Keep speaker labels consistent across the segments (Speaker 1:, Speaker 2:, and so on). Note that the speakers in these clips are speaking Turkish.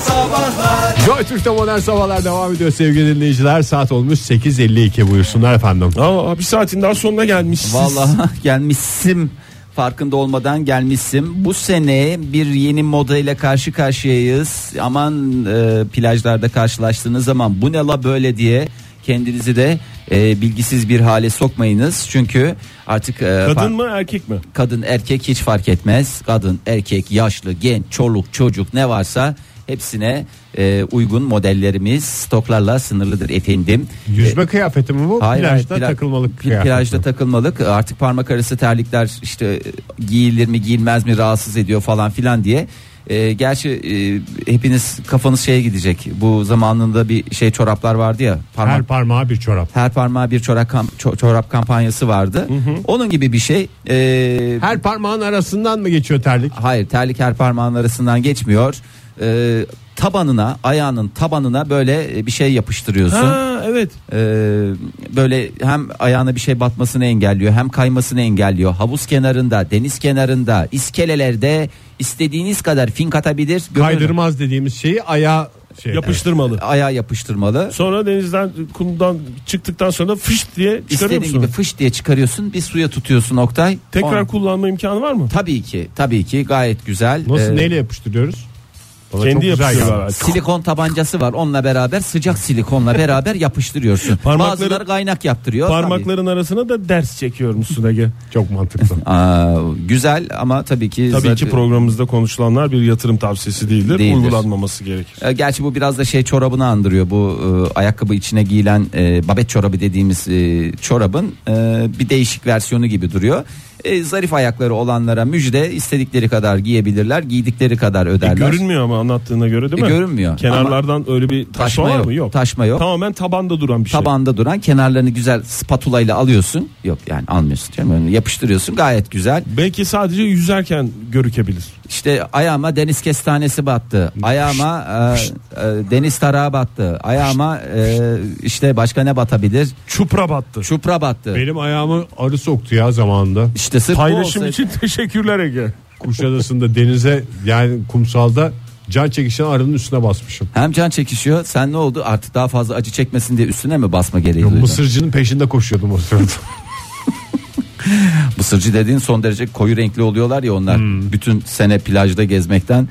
Speaker 1: Sabahlar
Speaker 2: Joy Türk'te modern sabahlar devam ediyor sevgili dinleyiciler. Saat olmuş 8.52 buyursunlar efendim.
Speaker 3: Aa, bir saatin daha sonuna gelmişiz.
Speaker 4: Vallahi gelmişsim farkında olmadan gelmişsim. Bu sene bir yeni moda ile karşı karşıyayız. Aman e, plajlarda karşılaştığınız zaman bu ne la böyle diye kendinizi de e, bilgisiz bir hale sokmayınız. Çünkü artık e, fa-
Speaker 3: Kadın mı erkek mi?
Speaker 4: kadın erkek hiç fark etmez. Kadın, erkek, yaşlı, genç, çoluk, çocuk ne varsa hepsine e, uygun modellerimiz stoklarla sınırlıdır efendim. E,
Speaker 2: Yüzme kıyafeti mi bu? plajda
Speaker 4: pla-
Speaker 2: takılmalık
Speaker 4: pl-
Speaker 2: kıyafet.
Speaker 4: Plajda
Speaker 2: mi?
Speaker 4: takılmalık. e, Artık parmak arası terlikler işte e, giyilir mi giyilmez mi rahatsız ediyor falan filan diye. E, gerçi e, hepiniz kafanız şeye gidecek. Bu zamanında bir şey çoraplar vardı ya. Parmak
Speaker 2: Her parmağa bir çorap.
Speaker 4: her parmağa bir çorap kam- ço- çorap kampanyası vardı. Onun gibi bir şey. E,
Speaker 2: Her parmağın arasından mı geçiyor terlik?
Speaker 4: Hayır terlik her parmağın arasından geçmiyor. Ee, tabanına ayağının tabanına böyle e, bir şey yapıştırıyorsun.
Speaker 3: Ha evet.
Speaker 4: Ee, böyle hem ayağına bir şey batmasını engelliyor hem kaymasını engelliyor. Havuz kenarında deniz kenarında iskelelerde istediğiniz kadar fink atabilir. Gönül-
Speaker 2: Kaydırmaz dediğimiz şeyi ayağa şey.
Speaker 3: Yapıştırmalı.
Speaker 4: e, Ayağı yapıştırmalı.
Speaker 3: Sonra denizden kumdan çıktıktan sonra fış diye çıkarıyor
Speaker 4: İstediğin
Speaker 3: musun?
Speaker 4: gibi fış diye çıkarıyorsun bir suya tutuyorsun Oktay.
Speaker 3: Tekrar
Speaker 4: On-
Speaker 3: kullanma imkanı var mı?
Speaker 4: Tabii ki tabii ki gayet güzel.
Speaker 2: Nasıl
Speaker 4: Ee,
Speaker 2: neyle yapıştırıyoruz? Bana çok
Speaker 3: Kendi
Speaker 2: güzel
Speaker 3: yapıştırıyorlar.
Speaker 2: geldi.
Speaker 3: artık.
Speaker 4: Silikon tabancası var onunla beraber sıcak silikonla beraber yapıştırıyorsun.
Speaker 3: Parmakları-
Speaker 4: Bazıları kaynak yaptırıyor. Tabii.
Speaker 3: Parmakların arasına da ders çekiyor musun Ege?
Speaker 2: Çok mantıklı.
Speaker 4: Aa, güzel ama tabii ki
Speaker 3: Tabii ki
Speaker 4: zaten-
Speaker 3: programımızda konuşulanlar bir yatırım tavsiyesi değildir.
Speaker 4: Değildir.
Speaker 3: Uygulanmaması gerekir.
Speaker 4: E, Gerçi bu biraz da şey çorabını andırıyor. Bu e, ayakkabı içine giyilen e, babet çorabı dediğimiz e, çorabın e, bir değişik versiyonu gibi duruyor. E, zarif ayakları olanlara müjde istedikleri kadar giyebilirler, giydikleri kadar öderler.
Speaker 3: E, Görünmüyor ama anlattığına göre değil
Speaker 4: E,
Speaker 3: mi?
Speaker 4: görünmüyor.
Speaker 3: Kenarlardan öyle bir taşma,
Speaker 4: Taşma
Speaker 3: var
Speaker 4: yok,
Speaker 3: mı? Yok.
Speaker 4: taşma yok.
Speaker 3: Tamamen tabanda duran bir şey.
Speaker 4: tabanda duran kenarlarını güzel spatula ile alıyorsun. Yok yani almıyorsun canım. Öyle yapıştırıyorsun gayet güzel.
Speaker 3: Belki sadece yüzerken görükebilir.
Speaker 4: İşte ayağıma deniz kestanesi battı. Ayağıma e, e, deniz tarağı battı. Ayağıma e, işte başka ne batabilir?
Speaker 3: Çupra battı.
Speaker 4: Çupra battı.
Speaker 2: Benim ayağımı arı soktu ya zamanında.
Speaker 4: İşte sırf bu
Speaker 3: Paylaşım
Speaker 4: olsa-
Speaker 3: için teşekkürler Ege.
Speaker 2: Kuşadası'nda denize yani kumsalda can çekişen arının üstüne basmışım.
Speaker 4: Hem can çekişiyor. Sen ne oldu? Artık daha fazla acı çekmesin diye üstüne mi basma gereği duydun?
Speaker 2: Mısırcının peşinde koşuyordum o sırada.
Speaker 4: Mısırcı dediğin son derece koyu renkli oluyorlar ya onlar.
Speaker 2: Hmm.
Speaker 4: Bütün sene plajda gezmekten.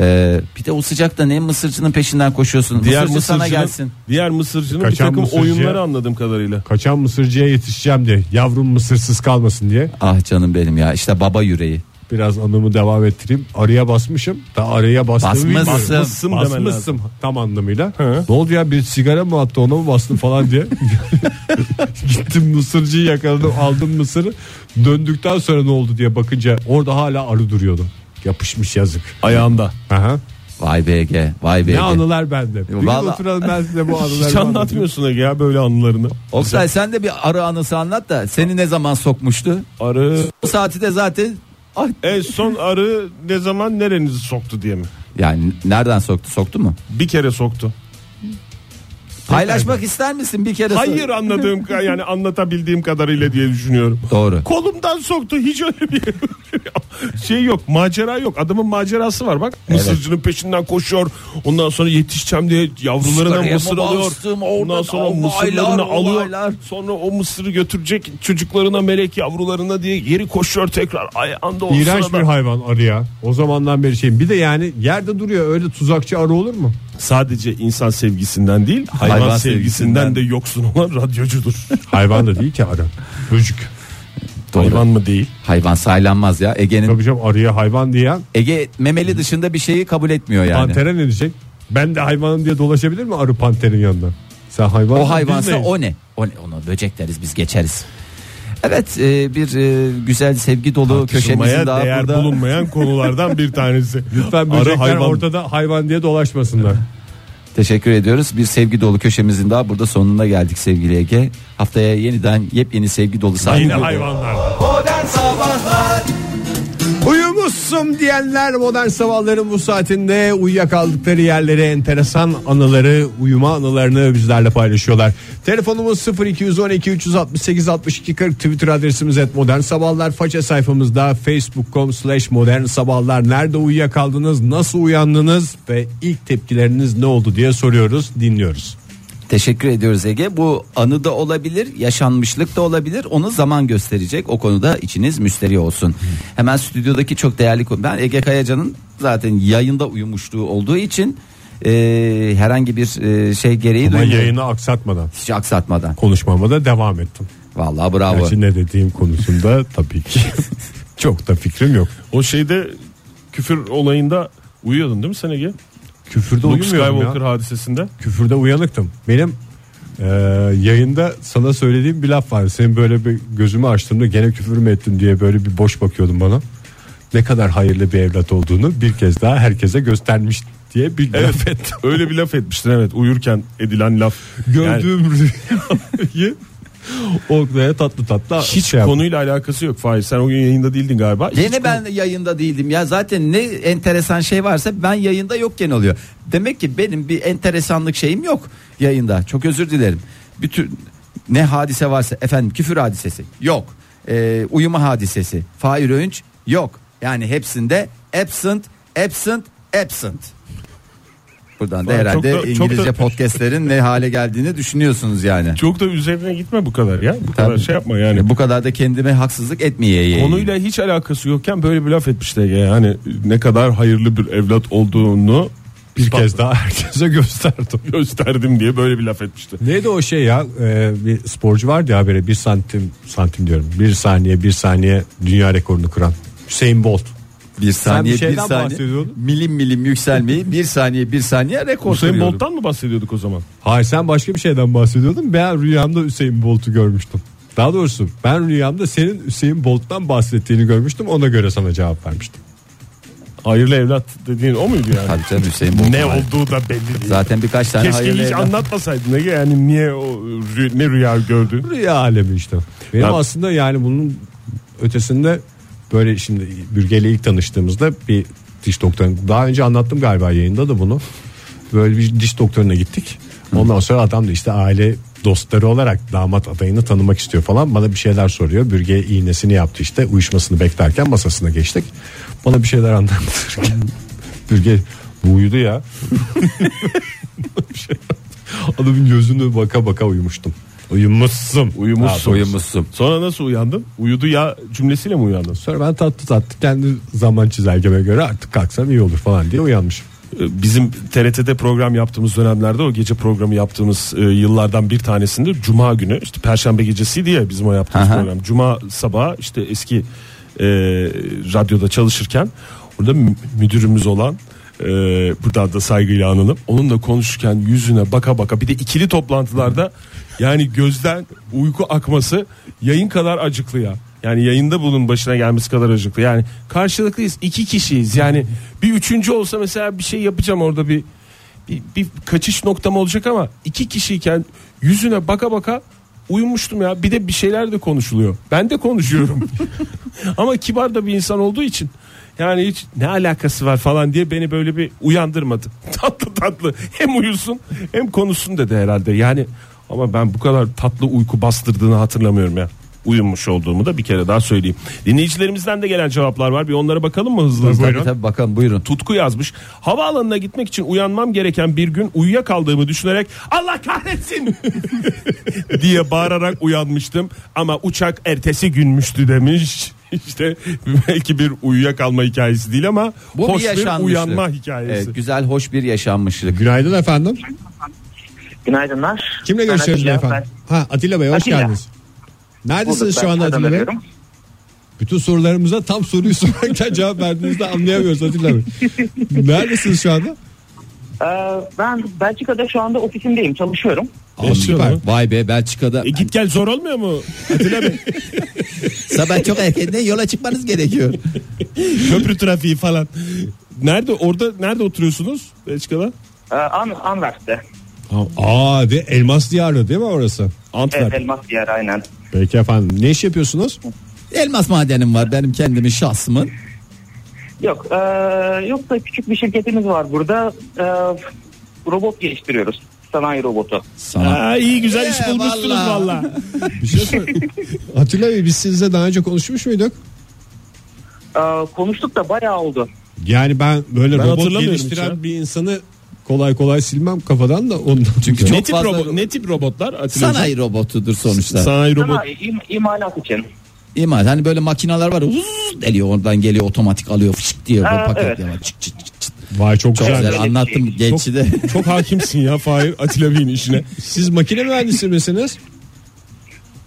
Speaker 4: E, bir de o sıcakta ne mısırcının peşinden koşuyorsun? Mısırcı sana
Speaker 3: mısırcının-
Speaker 4: gelsin.
Speaker 3: Diğer mısırcının bir
Speaker 2: Kaçan
Speaker 3: takım
Speaker 2: mısırcıya-
Speaker 3: oyunları anladığım kadarıyla.
Speaker 2: Kaçan mısırcıya yetişeceğim diye yavrum mısırsız kalmasın diye
Speaker 4: Ah canım benim ya. İşte baba yüreği.
Speaker 2: biraz anımı devam ettireyim. Arıya basmışım. Da arıya bastığımı bilmiyorum.
Speaker 4: Basmışsın.
Speaker 2: Basmışsın
Speaker 3: demen lazım.
Speaker 2: Basmışsın tam anlamıyla.
Speaker 3: Hı.
Speaker 2: Ne oldu ya bir sigara mı attı ona mı bastın falan diye. Gittim mısırcıyı yakaladım aldım mısırı. Döndükten sonra ne oldu diye bakınca orada hala arı duruyordu. Yapışmış yazık.
Speaker 3: Ayağında.
Speaker 2: Aha.
Speaker 4: Vay BG. Vay BG.
Speaker 2: Ne anılar bende. Bir gün
Speaker 4: Vallahi-
Speaker 2: oturalım ben size bu anıları
Speaker 3: Hiç anlatmıyorsun Ege ya böyle anılarını.
Speaker 4: Oktay sen de bir arı anısı anlat da seni ne zaman sokmuştu?
Speaker 3: Arı.
Speaker 4: Bu saati de zaten Ay,
Speaker 3: En son arı ne zaman nerenizi soktu diye mi?
Speaker 4: yani nereden soktu? Soktu mu?
Speaker 3: Bir kere soktu.
Speaker 4: Paylaşmak ister misin bir kere?
Speaker 3: Hayır anladığım ka- yani anlatabildiğim kadarıyla diye düşünüyorum.
Speaker 4: Doğru.
Speaker 3: Kolumdan soktu hiç öyle bir şey yok macera yok adamın macerası var bak mısırcının peşinden koşuyor ondan sonra yetişeceğim diye yavrularına
Speaker 4: Sıraya
Speaker 3: mısır
Speaker 4: mı
Speaker 3: alıyor
Speaker 4: bastım, oradan
Speaker 3: ondan sonra
Speaker 4: olaylar,
Speaker 3: mısırlarını alıyor
Speaker 4: olaylar.
Speaker 3: sonra o mısırı götürecek çocuklarına melek yavrularına diye geri koşuyor tekrar ayağında o
Speaker 2: İğrenç
Speaker 3: sırada.
Speaker 2: bir hayvan arı ya. O zamandan beri şeyim. Bir de yani yerde duruyor öyle tuzakçı arı olur mu?
Speaker 3: sadece insan sevgisinden değil hayvan,
Speaker 4: Hayvan
Speaker 3: sevgisinden,
Speaker 4: sevgisinden
Speaker 3: de yoksun olan radyocudur
Speaker 2: Hayvan da değil ki arı. Böcük.
Speaker 4: Doğru.
Speaker 3: hayvan mı değil
Speaker 4: Hayvan saylanmaz ya. Ege'nin
Speaker 2: Tabii canım arıya hayvan diyen
Speaker 4: Ege memeli dışında bir şeyi kabul etmiyor yani.
Speaker 2: pantere ne diyecek? Ben de hayvanım diye dolaşabilir mi arı panterin yanında? Sen
Speaker 3: E,
Speaker 2: hayvan
Speaker 4: O hayvansa o ne? O ne? Ona böcek deriz biz geçeriz. Evet e, bir e, güzel sevgi dolu köşemizin
Speaker 3: Tartışılmaya
Speaker 4: daha
Speaker 3: değer
Speaker 4: burada.
Speaker 3: bulunmayan konulardan bir tanesi
Speaker 2: Lütfen
Speaker 3: arı
Speaker 2: böcekler
Speaker 3: hayvan
Speaker 2: ortada hayvan diye dolaşmasınlar.
Speaker 4: Teşekkür ediyoruz. Bir sevgi dolu köşemizin daha burada sonuna geldik sevgili Ege. Haftaya yeniden yepyeni sevgi dolu
Speaker 2: Yine
Speaker 4: sahnelerle-
Speaker 2: hayvanlar.
Speaker 1: Modern Sabahlar
Speaker 2: Uyumuz olsun diyenler modern sabahların bu saatinde uyuyakaldıkları yerlere enteresan anıları, uyuma anılarını bizlerle paylaşıyorlar. Telefonumuz 0212 368 62 40 Twitter adresimiz et modern sabahlar. Faça sayfamızda facebook.com slash modern sabahlar. Nerede uyuyakaldınız, nasıl uyandınız ve ilk tepkileriniz ne oldu diye soruyoruz, dinliyoruz.
Speaker 4: Teşekkür ediyoruz Ege. Bu anı da olabilir, yaşanmışlık da olabilir. Onu zaman gösterecek. O konuda içiniz müsteri olsun. Hemen stüdyodaki çok değerli konu. Ben Ege Kayacan'ın zaten yayında uyumuşluğu olduğu için e, herhangi bir e, şey gereği
Speaker 2: Ama
Speaker 4: duymuyorum.
Speaker 2: yayını aksatmadan
Speaker 4: Hiç aksatmadan.
Speaker 2: konuşmama da devam ettim.
Speaker 4: Vallahi bravo.
Speaker 2: Gerçi ne dediğim konusunda tabii ki çok da fikrim yok.
Speaker 3: O şeyde küfür olayında uyuyordun değil mi sen Ege?
Speaker 2: Küfürde
Speaker 3: Luke
Speaker 2: uyumuyorum
Speaker 3: Skywalker
Speaker 2: ya.
Speaker 3: hadisesinde.
Speaker 2: Küfürde uyanıktım. Benim e, yayında sana söylediğim bir laf var. Senin böyle bir gözümü açtığımda gene küfür mü ettim diye böyle bir boş bakıyordun bana. Ne kadar hayırlı bir evlat olduğunu bir kez daha herkese göstermiş diye bir laf ettim.
Speaker 3: Öyle bir laf etmiştin evet uyurken edilen laf. Yani
Speaker 2: Gördüğüm rüyayı Oktay'a tatlı tatlı
Speaker 3: hiç
Speaker 2: şey yaptım.
Speaker 3: konuyla alakası yok Fahir. Sen o gün yayında değildin galiba. Hiç
Speaker 4: Gene ben yayında değildim ya zaten ne enteresan şey varsa ben yayında yokken oluyor. Demek ki benim bir enteresanlık şeyim yok yayında. Çok özür dilerim. Bütün ne hadise varsa efendim küfür hadisesi yok. Ee, uyuma hadisesi Fahir Öğünç yok. Yani hepsinde absent absent absent. Buradan da
Speaker 3: Çok
Speaker 4: herhalde
Speaker 3: da- çok da-
Speaker 4: İngilizce podcastlerin ne hale geldiğini düşünüyorsunuz yani.
Speaker 3: Çok da üzerine gitme bu kadar ya. Bu kadar
Speaker 4: Tabii.
Speaker 3: şey yapma yani.
Speaker 4: Bu kadar da kendime haksızlık etmeyeyim.
Speaker 3: Konuyla hiç alakası yokken böyle bir laf etmişti Ege. Yani Hani ne kadar hayırlı bir evlat olduğunu
Speaker 2: Bir kez daha herkese gösterdim.
Speaker 3: gösterdim diye böyle bir laf etmişti.
Speaker 2: Neydi o şey ya Ee, bir sporcu vardı ya böyle bir santim santim diyorum bir saniye bir saniye dünya rekorunu kıran Hüseyin Bolt.
Speaker 4: Bir saniye
Speaker 2: bir
Speaker 4: bir,
Speaker 2: şeyden
Speaker 4: saniye
Speaker 2: bahsediyordun.
Speaker 4: milim milim yükselmeyi bir saniye bir saniye rekor
Speaker 3: Hüseyin
Speaker 4: kırıyorum.
Speaker 3: Bolt'tan mı bahsediyorduk o zaman?
Speaker 2: Hayır sen başka bir şeyden bahsediyordun ben rüyamda Hüseyin Bolt'u görmüştüm. Daha doğrusu ben rüyamda senin Hüseyin Bolt'tan bahsettiğini görmüştüm ona göre sana cevap vermiştim.
Speaker 3: Hayırlı evlat dediğin o muydu yani?
Speaker 4: Tabii canım Hüseyin Bolt.
Speaker 3: Ne olduğu da belli değil.
Speaker 4: Zaten birkaç tane
Speaker 3: Keşke
Speaker 4: hayırlı
Speaker 3: hiç
Speaker 4: evlat-
Speaker 3: anlatmasaydın Ege. Yani niye o rü- ne rüya gördün?
Speaker 2: Rüya alemi işte. Benim
Speaker 3: Ben-
Speaker 2: aslında yani bunun ötesinde böyle şimdi Bürge'yle ilk tanıştığımızda bir diş doktorun daha önce anlattım galiba yayında da bunu. Böyle bir diş doktoruna gittik. Ondan sonra adam da işte aile dostları olarak damat adayını tanımak istiyor falan. Bana bir şeyler soruyor. Bürge iğnesini yaptı işte. Uyuşmasını beklerken masasına geçtik. Bana bir şeyler anlatırken. Bürge bu uyudu ya. Bir şey yaptı. Adamın gözüne baka baka uyumuştum. Uyumuşsun.
Speaker 3: Uyumuşsun.
Speaker 2: Daha doğrusu.
Speaker 4: Uyumuşsun.
Speaker 3: Sonra nasıl uyandın? Uyudu ya cümlesiyle mi uyandın?
Speaker 2: Sonra ben tatlı tatlı kendi zaman çizelgeme göre artık kalksam iyi olur falan diye uyanmışım.
Speaker 3: Ee, Bizim TRT'de program yaptığımız dönemlerde o gece programı yaptığımız e, yıllardan bir tanesinde Cuma günü işte Perşembe gecesiydi ya bizim o yaptığımız
Speaker 4: Aha.
Speaker 3: program. Cuma sabahı işte eski e, radyoda çalışırken orada mü- müdürümüz olan e, buradan da saygıyla anılım. Onunla konuşurken yüzüne baka baka bir de ikili toplantılarda yani gözden uyku akması yayın kadar acıklı ya. Yani yayında bunun başına gelmesi kadar acıklı. Yani karşılıklıyız iki kişiyiz. Yani bir üçüncü olsa mesela bir şey yapacağım orada bir bir, bir kaçış noktam olacak ama iki kişiyken yüzüne baka baka uyumuştum ya. Bir de bir şeyler de konuşuluyor. Ben de konuşuyorum. ama kibar da bir insan olduğu için yani hiç ne alakası var falan diye beni böyle bir uyandırmadı. tatlı tatlı hem uyusun hem konuşsun dedi herhalde. Yani ama ben bu kadar tatlı uyku bastırdığını hatırlamıyorum ya. Uyumuş olduğumu da bir kere daha söyleyeyim. Dinleyicilerimizden de gelen cevaplar var. Bir onlara bakalım mı hızlı hızlı?
Speaker 4: Tabii tabii bakalım buyurun.
Speaker 3: Tutku yazmış. Havaalanına gitmek için uyanmam gereken bir gün uyuyakaldığımı düşünerek Allah kahretsin diye bağırarak uyanmıştım. Ama uçak ertesi günmüştü demiş. İşte belki bir uyuyakalma hikayesi değil ama
Speaker 4: Bu bir
Speaker 3: hoş bir
Speaker 4: yaşanmışlık.
Speaker 3: uyanma hikayesi.
Speaker 4: Evet, güzel hoş bir yaşanmışlık.
Speaker 2: Günaydın efendim.
Speaker 1: Günaydınlar.
Speaker 2: Kimle
Speaker 1: Ben
Speaker 2: görüşüyoruz
Speaker 1: Atilla,
Speaker 2: efendim? Ha Atilla Bey hoş
Speaker 1: Atilla.
Speaker 2: geldiniz.
Speaker 1: ben-
Speaker 2: Neredesiniz
Speaker 1: Bulduk,
Speaker 2: şu
Speaker 1: ben
Speaker 2: anda Atilla Bey?
Speaker 1: kazanıyorum.
Speaker 2: Bütün sorularımıza tam soruyu sorarken cevap verdiğinizde anlayamıyoruz Atilla Bey. Neredesiniz şu anda?
Speaker 1: Ee, ben Belçika'da şu anda ofisimdeyim çalışıyorum.
Speaker 2: Aa, süper.
Speaker 4: Vay be Belçika'da.
Speaker 3: E git gel zor olmuyor mu? Atilla Bey
Speaker 4: Sabah çok erkenden yola çıkmanız gerekiyor.
Speaker 3: köprü trafiği falan. Nerede orada nerede oturuyorsunuz Belçika'da?
Speaker 1: Ee, An Anvers'te.
Speaker 2: Aa de elmas diyarı değil mi orası?
Speaker 5: Ee,
Speaker 3: Antwerp.
Speaker 1: Evet, elmas diğer aynen.
Speaker 2: Peki efendim ne iş yapıyorsunuz?
Speaker 4: Elmas madenim var benim kendimin şahsımın.
Speaker 5: Yok. eee yoksa küçük bir şirketimiz var burada. Eee, robot geliştiriyoruz. Sanayi robotu.
Speaker 4: Sana.
Speaker 3: iyi
Speaker 1: Ee,
Speaker 3: güzel
Speaker 2: iş bulmuşsunuz
Speaker 3: valla.
Speaker 2: Bir şey sor- Atilla Bey biz sizinle daha önce konuşmuş muyduk?
Speaker 5: Eee, konuştuk da bayağı oldu.
Speaker 2: Yani ben böyle
Speaker 3: Ben
Speaker 2: robot
Speaker 3: hatırlamıyorum hiç
Speaker 2: geliştiren
Speaker 3: ya.
Speaker 2: bir insanı kolay kolay silmem kafadan da ondan. Çünkü
Speaker 3: Ne
Speaker 4: Çok
Speaker 3: tip,
Speaker 4: fazla-
Speaker 3: robot, ne tip robotlar? Atilla hocam?
Speaker 4: Sanayi robotudur sonuçta.
Speaker 3: Sanayi robot.
Speaker 5: Sanayi, im- imalat için.
Speaker 4: İmal. Hani böyle makineler var. ya, Uzzz deliyor oradan geliyor otomatik alıyor. Fışık diye böyle
Speaker 5: Aa,
Speaker 4: paketliyor. Çıt çıt çıt çıt.
Speaker 2: Vay çok,
Speaker 4: Çok
Speaker 2: güzel.
Speaker 4: güzel anlattım geçti de.
Speaker 3: Çok hakimsin ya Fahir Atilla Bey'in işine.
Speaker 2: Siz makine mühendisi misiniz?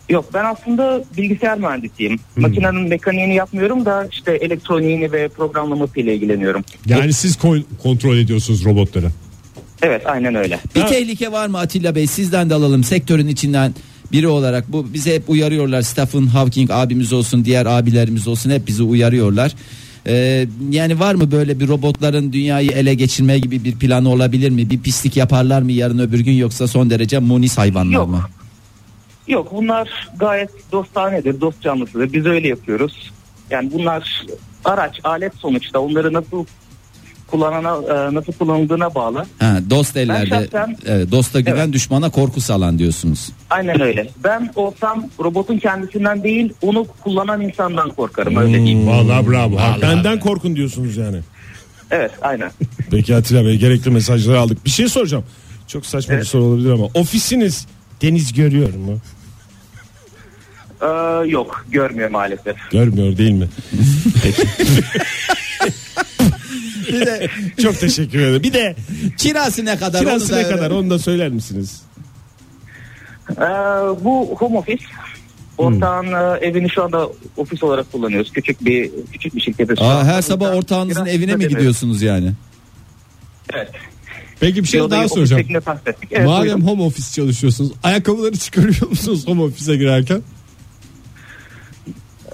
Speaker 5: Yok ben aslında bilgisayar mühendisiyim.
Speaker 3: Hmm.
Speaker 5: Makinenin mekaniğini yapmıyorum da işte elektroniğini ve programlamasıyla ilgileniyorum.
Speaker 2: Yani siz koy- kontrol ediyorsunuz robotları.
Speaker 5: Evet aynen öyle.
Speaker 4: Bir
Speaker 3: Ha.
Speaker 4: tehlike var mı Atilla Bey? Sizden de alalım sektörün içinden biri olarak. Bu bize hep uyarıyorlar. Stephen Hawking abimiz olsun, diğer abilerimiz olsun hep bizi uyarıyorlar. Ee, yani var mı böyle bir robotların dünyayı ele geçirme gibi bir planı olabilir mi? Bir pislik yaparlar mı yarın öbür gün yoksa son derece munis hayvanlar
Speaker 5: Yok.
Speaker 4: mı?
Speaker 5: Yok bunlar gayet dostanedir, dost canlısıdır. Biz öyle yapıyoruz. Yani bunlar araç, alet sonuçta. Onları nasıl kullanana, e, nasıl kullanıldığına bağlı.
Speaker 4: Ha, dost ellerde
Speaker 5: şahsen-
Speaker 4: evet, dosta güven
Speaker 5: Evet.
Speaker 4: düşmana korku salan diyorsunuz.
Speaker 5: Aynen öyle. Ben olsam robotun kendisinden değil, onu kullanan insandan korkarım. Öyle diyeyim.
Speaker 2: Vallahi bravo.
Speaker 3: Benden korkun diyorsunuz yani.
Speaker 5: Evet, aynen.
Speaker 3: Peki Atilla Bey gerekli mesajları aldık. Bir şey soracağım. Çok saçma bir soru olabilir ama ofisiniz deniz görüyor mu?
Speaker 5: Ee, yok, görmüyor maalesef.
Speaker 3: Görmüyor değil mi? Peki. bir de çok teşekkür ederim. Bir de
Speaker 4: Kirası ne kadar?
Speaker 3: kirası
Speaker 4: onu
Speaker 3: ne
Speaker 4: da-
Speaker 3: kadar onu da söyler misiniz?
Speaker 5: Ee, bu home office. Ortağın e, evini şu anda ofis olarak kullanıyoruz. Küçük bir küçük bir şirkete.
Speaker 4: Aa, her sabah ortağınızın
Speaker 5: Biraz
Speaker 4: evine mi
Speaker 5: ödeme.
Speaker 4: gidiyorsunuz yani?
Speaker 5: Evet.
Speaker 2: Peki bir şey
Speaker 5: Yolda
Speaker 2: daha
Speaker 5: ofis
Speaker 2: soracağım.
Speaker 5: şeklinde tahsis ettik. Evet,
Speaker 2: Madem
Speaker 5: buyurun.
Speaker 2: home office çalışıyorsunuz ayakkabıları çıkarıyor musunuz home office'e girerken?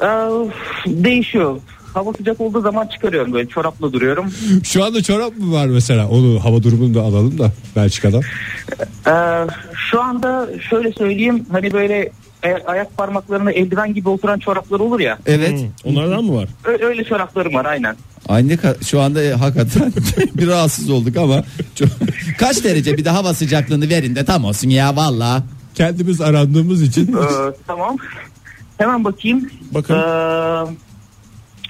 Speaker 5: Ee, değişiyor. Hava sıcak olduğu zaman çıkarıyorum böyle çorapla duruyorum.
Speaker 2: Şu anda çorap mı var mesela? Onu hava durumunu da alalım da Belçika'dan.
Speaker 5: Ee, şu anda şöyle söyleyeyim hani böyle e, ayak parmaklarına eldiven gibi oturan çoraplar olur ya.
Speaker 4: Evet.
Speaker 3: Onlardan mı var?
Speaker 5: Ö- öyle çoraplarım var aynen.
Speaker 4: Aynı ka- şu anda e, hakikaten bir rahatsız olduk ama çok- kaç derece bir de hava sıcaklığını verin de tam olsun ya valla.
Speaker 2: Kendimiz arandığımız için
Speaker 5: Ee, tamam. Hemen bakayım.
Speaker 3: Bakın.
Speaker 5: Ee,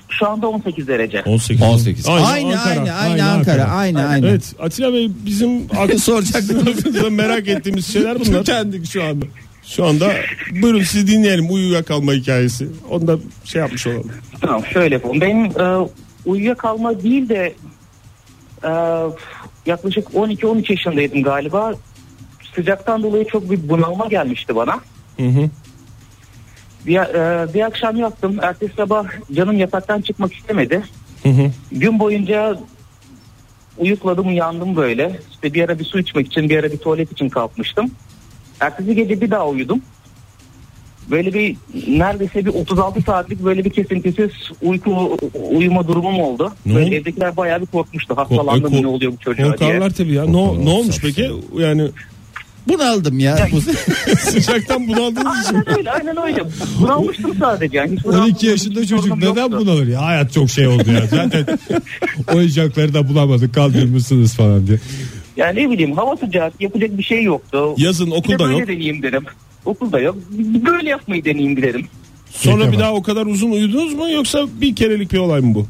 Speaker 5: şu anda 18 derece.
Speaker 3: 18.
Speaker 4: 18. Aynı aynı
Speaker 3: Ankara.
Speaker 4: aynı, Ankara. aynı aynı.
Speaker 3: Evet Atilla Bey bizim
Speaker 4: Soracaktım.
Speaker 3: aklımızda merak ettiğimiz şeyler bunlar.
Speaker 2: tükendik şu anda.
Speaker 3: Şu anda buyurun sizi dinleyelim uyuyakalma hikayesi. Onu da şey yapmış olalım.
Speaker 5: Tamam şöyle yapalım. Benim e, uyuyakalma değil de e, yaklaşık 12-13 yaşındaydım galiba. Sıcaktan dolayı çok bir bunalma gelmişti bana. Bir, e, bir akşam yattım. Ertesi sabah canım yataktan çıkmak istemedi. Gün boyunca uyukladım uyandım böyle. İşte bir ara bir su içmek için bir ara bir tuvalet için kalkmıştım. Ertesi gece bir daha uyudum. Böyle bir neredeyse bir 36 saatlik böyle bir kesintisiz uyku uyuma durumum oldu.
Speaker 3: Ne
Speaker 5: böyle
Speaker 3: oldu?
Speaker 5: evdekiler bayağı bir korkmuştu. Hastalandım
Speaker 3: Ko- ko-
Speaker 5: ne oluyor bu çocuğa diye.
Speaker 3: Korkarlar tabii ya. Ne, ne olmuş peki? Yani
Speaker 4: Bunaldım ya. Bu-
Speaker 3: sıcaktan bunaldığınız için.
Speaker 5: Aynen öyle aynen öyle. Bunalmıştım sadece. Yani hiç
Speaker 2: 12
Speaker 5: bunalmıştım,
Speaker 2: yaşında
Speaker 5: hiç
Speaker 2: çocuk
Speaker 5: sorunum
Speaker 2: neden
Speaker 5: yoktu.
Speaker 2: bunalır ya? Hayat çok şey oldu ya. Zaten oyuncakları da bulamadık kaldırmışsınız falan diye.
Speaker 5: Yani ne bileyim hava sıcak yapacak bir şey yoktu.
Speaker 3: Yazın
Speaker 5: Bir de
Speaker 3: okulda
Speaker 5: böyle
Speaker 3: yok.
Speaker 5: deneyeyim derim. Okulda yok. Böyle yapmayı deneyeyim derim.
Speaker 3: Sonra
Speaker 2: Yeter
Speaker 3: bir
Speaker 2: bak.
Speaker 3: daha o kadar uzun uyudunuz mu yoksa bir kerelik bir olay mı bu?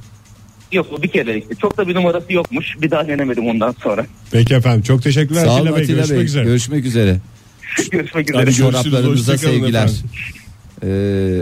Speaker 5: Yok bu bir kere işte. Çok da bir numarası yokmuş. Bir daha denemedim ondan sonra.
Speaker 2: Peki efendim çok teşekkürler
Speaker 4: Sağ olun
Speaker 2: Atilla Bey.
Speaker 4: Atilla Bey.
Speaker 2: Görüşmek üzere.
Speaker 4: Görüşmek üzere.
Speaker 5: Görüşmek üzere.
Speaker 3: Hadi görüşürüz,
Speaker 4: Çoraplarınıza
Speaker 3: hoşça kalın
Speaker 4: sevgiler.
Speaker 3: efendim.
Speaker 4: Ee,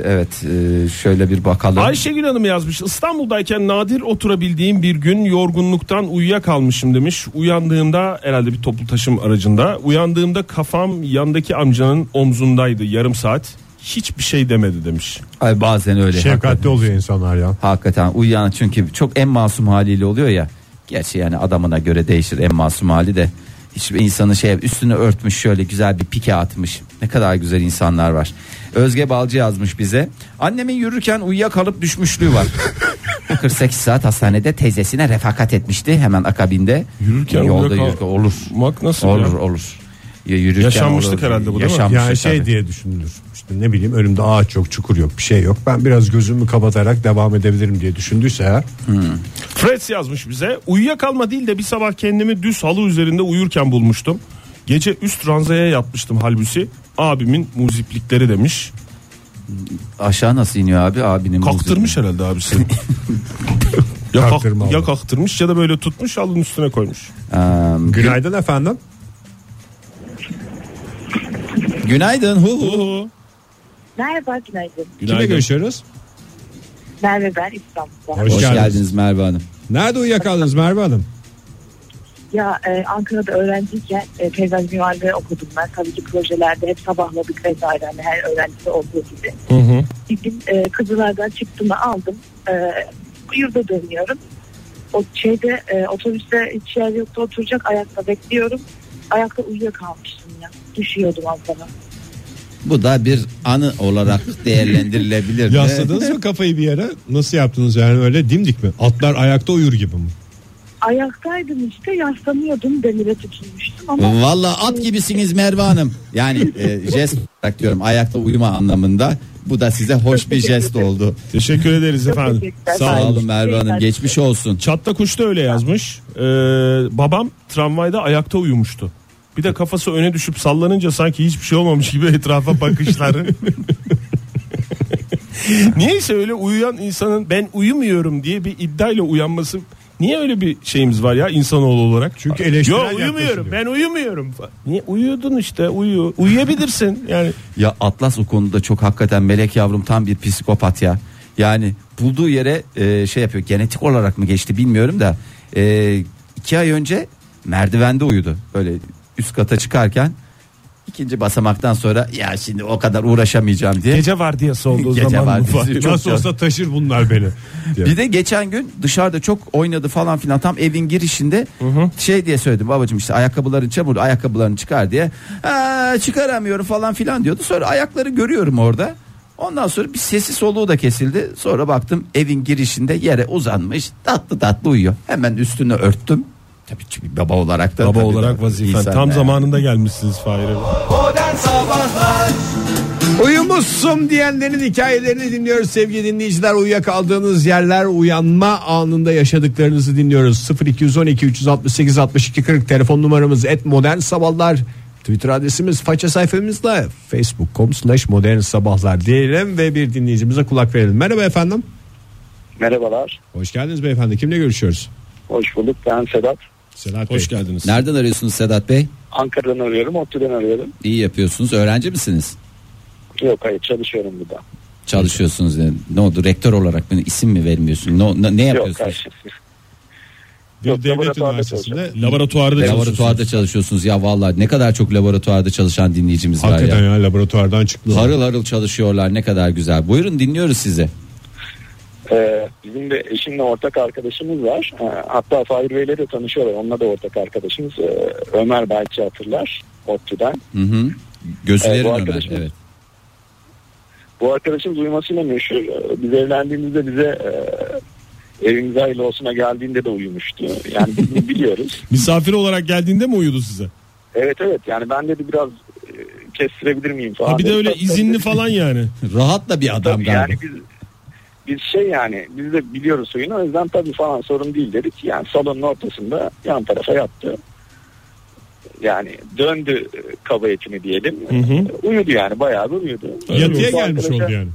Speaker 4: evet e, şöyle bir bakalım.
Speaker 3: Ayşegül Hanım yazmış. İstanbul'dayken nadir oturabildiğim bir gün yorgunluktan uyuyakalmışım demiş. Uyandığımda herhalde bir toplu taşım aracında. Uyandığımda kafam yandaki amcanın omzundaydı yarım saat. Hiçbir şey demedi demiş.
Speaker 4: Ay, bazen öyle.
Speaker 2: Şefkatli oluyor insanlar ya.
Speaker 4: Hakikaten uyuyan çünkü çok en masum haliyle oluyor ya. Gerçi yani adamına göre değişir en masum hali de. Hiçbir insanın şey üstünü örtmüş şöyle güzel bir pike atmış. Ne kadar güzel insanlar var. Özge Balcı yazmış bize. Annemin yürürken uyuyakalıp düşmüşlüğü var. 48 saat hastanede teyzesine refakat etmişti hemen akabinde.
Speaker 3: Yürürken
Speaker 4: yolda
Speaker 3: uyuyakal-
Speaker 4: yürürken olur.
Speaker 3: Mak nasıl
Speaker 4: Olur
Speaker 3: ya?
Speaker 4: olur. Ya yürürken
Speaker 3: Yaşanmışlık
Speaker 4: olur.
Speaker 3: herhalde bu, değil mi?
Speaker 4: Yaşanmışlık
Speaker 1: Yani şey
Speaker 4: tabii.
Speaker 1: diye düşünülür. İşte ne bileyim önümde ağaç yok, çukur yok, bir şey yok. Ben biraz gözümü kapatarak devam edebilirim diye düşündüyse eğer.
Speaker 4: Hmm.
Speaker 3: Fred yazmış bize. Uyuyakalma değil de bir sabah kendimi düz halı üzerinde uyurken bulmuştum. Gece üst ranzaya yatmıştım halbuki. Abimin muziplikleri demiş.
Speaker 4: Aşağı nasıl iniyor abi abinin
Speaker 3: Kaktırmış
Speaker 4: muzdiri.
Speaker 3: herhalde abisi. ya, kak-
Speaker 1: Kaktırma
Speaker 3: ya
Speaker 1: oldu.
Speaker 3: kaktırmış ya da böyle tutmuş halının üstüne koymuş.
Speaker 4: Ee,
Speaker 1: Günaydın efendim.
Speaker 4: günaydın hu hu.
Speaker 6: Merhaba günaydın.
Speaker 2: Kimle görüşüyoruz?
Speaker 6: Merve ben İstanbul'da.
Speaker 2: Hoş
Speaker 4: Hoş
Speaker 2: geldiniz.
Speaker 4: geldiniz Merve Hanım.
Speaker 2: Nerede uyuyakaldınız Merve Hanım?
Speaker 6: Ya e, Ankara'da öğrenciyken e, peyzaj mimarlığı okudum ben. Tabii ki projelerde hep sabahladık vesaire hani her öğrencide olduğu gibi. Bir gün e, Kızılay'dan çıktığımı aldım. E, yurda dönüyorum. O şeyde e, otobüste hiç yer yoktu oturacak ayakta bekliyorum. Ayakta uyuyakalmıştım ya. Düşüyordum az daha.
Speaker 4: Bu da bir anı olarak değerlendirilebilir.
Speaker 2: Yasladınız mı kafayı bir yere? Nasıl yaptınız yani öyle dimdik mi? Atlar ayakta uyur gibi mi?
Speaker 6: Ayaktaydım işte yaslanıyordum demire tutulmuştum ama
Speaker 4: Valla at gibisiniz Merve Hanım. Yani e, jest olarak diyorum ayakta uyuma anlamında. Bu da size hoş bir jest oldu.
Speaker 3: Teşekkür ederiz efendim.
Speaker 6: teşekkürler.
Speaker 4: Sağ olun Merve Hanım
Speaker 6: Teşekkürler.
Speaker 4: geçmiş olsun.
Speaker 3: Çatla Kuş da öyle yazmış. Ee, babam tramvayda ayakta uyumuştu. Bir de kafası öne düşüp sallanınca sanki hiçbir şey olmamış gibi etrafa bakışları. Niyeyse öyle uyuyan insanın ben uyumuyorum diye bir iddiayla uyanması niye öyle bir şeyimiz var ya insanoğlu olarak?
Speaker 1: Çünkü eleştirel
Speaker 3: Yo uyumuyorum
Speaker 1: yaklaşılıyor.
Speaker 3: ben uyumuyorum. falan. Niye uyuyordun işte uyu uyuyabilirsin yani.
Speaker 4: Ya Atlas o konuda çok hakikaten melek yavrum tam bir psikopat ya. Yani bulduğu yere e, şey yapıyor genetik olarak mı geçti bilmiyorum da. E, iki ay önce merdivende uyudu. Böyle üst kata çıkarken ikinci basamaktan sonra ya şimdi o kadar uğraşamayacağım diye.
Speaker 3: Gece vardiyası olduğu
Speaker 4: Gece
Speaker 3: zaman
Speaker 4: vardiyası
Speaker 3: falan.
Speaker 4: yok
Speaker 3: Nasıl
Speaker 4: ya.
Speaker 3: olsa taşır bunlar beni.
Speaker 4: Bir de geçen gün dışarıda çok oynadı falan filan tam evin girişinde şey diye söyledim babacım işte ayakkabıların çamur ayakkabılarını çıkar diye "Ha, çıkaramıyorum falan filan diyordu sonra ayakları görüyorum orada ondan sonra bir sesi soluğu da kesildi sonra baktım evin girişinde yere uzanmış tatlı tatlı uyuyor hemen üstünü örttüm tabii ki bir baba olarak da
Speaker 3: Baba
Speaker 4: tabii
Speaker 3: olarak
Speaker 4: de-
Speaker 3: vazifen
Speaker 4: insan
Speaker 3: tam
Speaker 4: yani.
Speaker 3: zamanında gelmişsiniz Fahir'e.
Speaker 2: Uyumuşsun diyenlerin hikayelerini dinliyoruz sevgili dinleyiciler. Uyuyakaldığınız yerler uyanma anında yaşadıklarınızı dinliyoruz. 0212 368 62 40 telefon numaramız et modern sabahlar. Twitter adresimiz faça sayfamızla facebook.com slash modern sabahlar diyelim ve bir dinleyicimize kulak verelim. Merhaba efendim.
Speaker 7: Merhabalar.
Speaker 2: Hoş geldiniz beyefendi. Kimle görüşüyoruz?
Speaker 7: Hoş bulduk. Ben Sedat.
Speaker 2: Sedat
Speaker 3: Hoş geldiniz.
Speaker 4: nereden arıyorsunuz Sedat Bey
Speaker 7: Ankara'dan arıyorum. ODTÜ'den arıyorum.
Speaker 4: iyi yapıyorsunuz öğrenci misiniz
Speaker 7: Yok hayır çalışıyorum burada.
Speaker 4: çalışıyorsunuz yani. ne oldu rektör olarak mı isim mi vermiyorsun ne, ne- ne
Speaker 7: Yok
Speaker 4: yapıyorsunuz
Speaker 7: karşı.
Speaker 2: Bir
Speaker 7: Yok,
Speaker 2: devlet
Speaker 7: laboratuvarda
Speaker 2: üniversitesinde
Speaker 3: Laboratuvarda
Speaker 4: Laboratuvarda çalışıyorsunuz ya vallahi ne kadar çok laboratuvarda çalışan dinleyicimiz var ya.
Speaker 2: hakikaten ya laboratuvardan çıktı.
Speaker 4: Harıl harıl çalışıyorlar ne kadar güzel. Buyurun dinliyoruz sizi.
Speaker 7: Ee, bizim de eşimle ortak arkadaşımız var. Ee, hatta Fahir Bey'le de tanışıyorlar. Onunla da ortak arkadaşımız. Ee, Ömer belki hatırlar. ODTÜ'den.
Speaker 4: Hı hı. Gözlerin
Speaker 7: Evet, bu
Speaker 4: Ömer.
Speaker 7: arkadaşım-
Speaker 4: Evet.
Speaker 7: Bu arkadaşımız uyumasıyla meşhur. Ee, Biz evlendiğimizde bize e, evimiz hayırlı olsuna geldiğinde de uyumuştu. Yani biz bunu biliyoruz.
Speaker 3: Misafir olarak geldiğinde mi uyudu size?
Speaker 7: Evet evet yani ben dedi biraz e, kestirebilir miyim falan.
Speaker 3: Ha bir de
Speaker 7: dedi.
Speaker 3: öyle
Speaker 7: Tabii,
Speaker 3: izinli
Speaker 7: tabii.
Speaker 3: falan yani.
Speaker 4: Rahat da bir adam
Speaker 7: Tabii yani
Speaker 4: galiba.
Speaker 7: biz biz şey yani biz de biliyoruz oyunu o yüzden tabii falan sorun değil dedik. Yani salonun ortasında yan tarafa yattı. Yani döndü e, kaba etini diyelim. E, Uyudu yani bayağı da uyudu.
Speaker 2: Yatıya
Speaker 7: Bu
Speaker 2: gelmiş
Speaker 7: arkadaşa-
Speaker 2: oldu yani.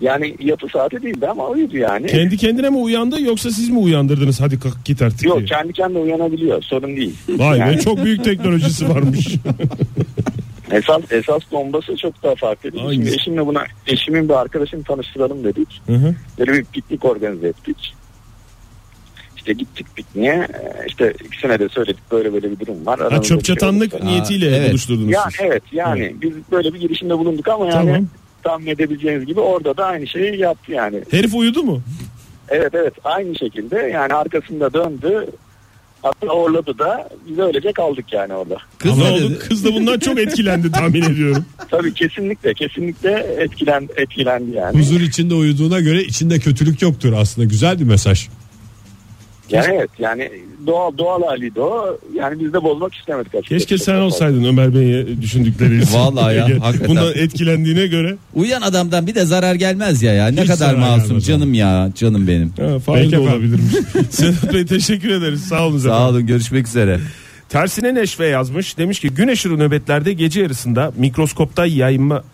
Speaker 7: Yani yatı saati değildi ama uyudu yani.
Speaker 3: Kendi kendine mi uyandı yoksa siz mi uyandırdınız? Hadi kalk git artık.
Speaker 7: Yok
Speaker 3: diye.
Speaker 7: kendi kendine uyanabiliyor sorun değil.
Speaker 3: Vay
Speaker 7: Yani
Speaker 3: be çok büyük teknolojisi varmış.
Speaker 7: esas, esas bombası çok daha farklı. Şimdi
Speaker 3: Hangisi?
Speaker 7: eşimle buna eşimin bir arkadaşını tanıştıralım dedik.
Speaker 3: Hı hı.
Speaker 7: Böyle bir piknik organize ettik. İşte gittik pikniğe. Ee, İşte ikisine de söyledik böyle böyle bir durum var.
Speaker 3: ha,
Speaker 7: Aranızda
Speaker 3: çöp
Speaker 7: bir şey
Speaker 3: çatanlık
Speaker 7: olursa-
Speaker 3: niyetiyle
Speaker 4: Aa, evet.
Speaker 3: buluşturdunuz
Speaker 7: Yani
Speaker 3: siz.
Speaker 7: evet yani biz böyle bir girişimde bulunduk ama yani
Speaker 3: Tamam.
Speaker 7: tahmin edebileceğiniz gibi orada da aynı şeyi yaptı yani.
Speaker 3: Herif uyudu mu?
Speaker 7: Evet evet aynı şekilde yani arkasında döndü. Hatta orladı da biz öylece kaldık yani orada.
Speaker 4: Kız
Speaker 3: ne
Speaker 4: ne
Speaker 3: oldu?
Speaker 4: dedi?
Speaker 3: Kız da bundan çok etkilendi tahmin ediyorum.
Speaker 7: Tabii kesinlikle kesinlikle etkilen, etkilendi yani.
Speaker 2: Huzur içinde uyuduğuna göre içinde kötülük yoktur aslında. Güzel bir mesaj.
Speaker 8: Yani evet yani doğal doğal hali de o. Yani biz de bozmak istemedik açıkçası.
Speaker 3: Keşke sen olsaydın Ömer Bey'e düşündükleri için.
Speaker 4: Vallahi ya,
Speaker 3: Ege.
Speaker 4: hakikaten.
Speaker 3: Bundan etkilendiğine göre.
Speaker 4: Uyuyan adamdan bir de zarar gelmez ya ya. Ne
Speaker 3: Hiç
Speaker 4: kadar
Speaker 3: zarar
Speaker 4: masum
Speaker 3: gelmez
Speaker 4: canım ya canım benim.
Speaker 3: Ha,
Speaker 2: Peki
Speaker 3: fail de
Speaker 2: efendim.
Speaker 3: olabilirmiş. Sedat Bey teşekkür ederiz. Sağ olun efendim.
Speaker 4: Sağ olun görüşmek üzere.
Speaker 3: Tersine Neşve yazmış. Demiş ki gün aşırı nöbetlerde gece yarısında mikroskopta yayma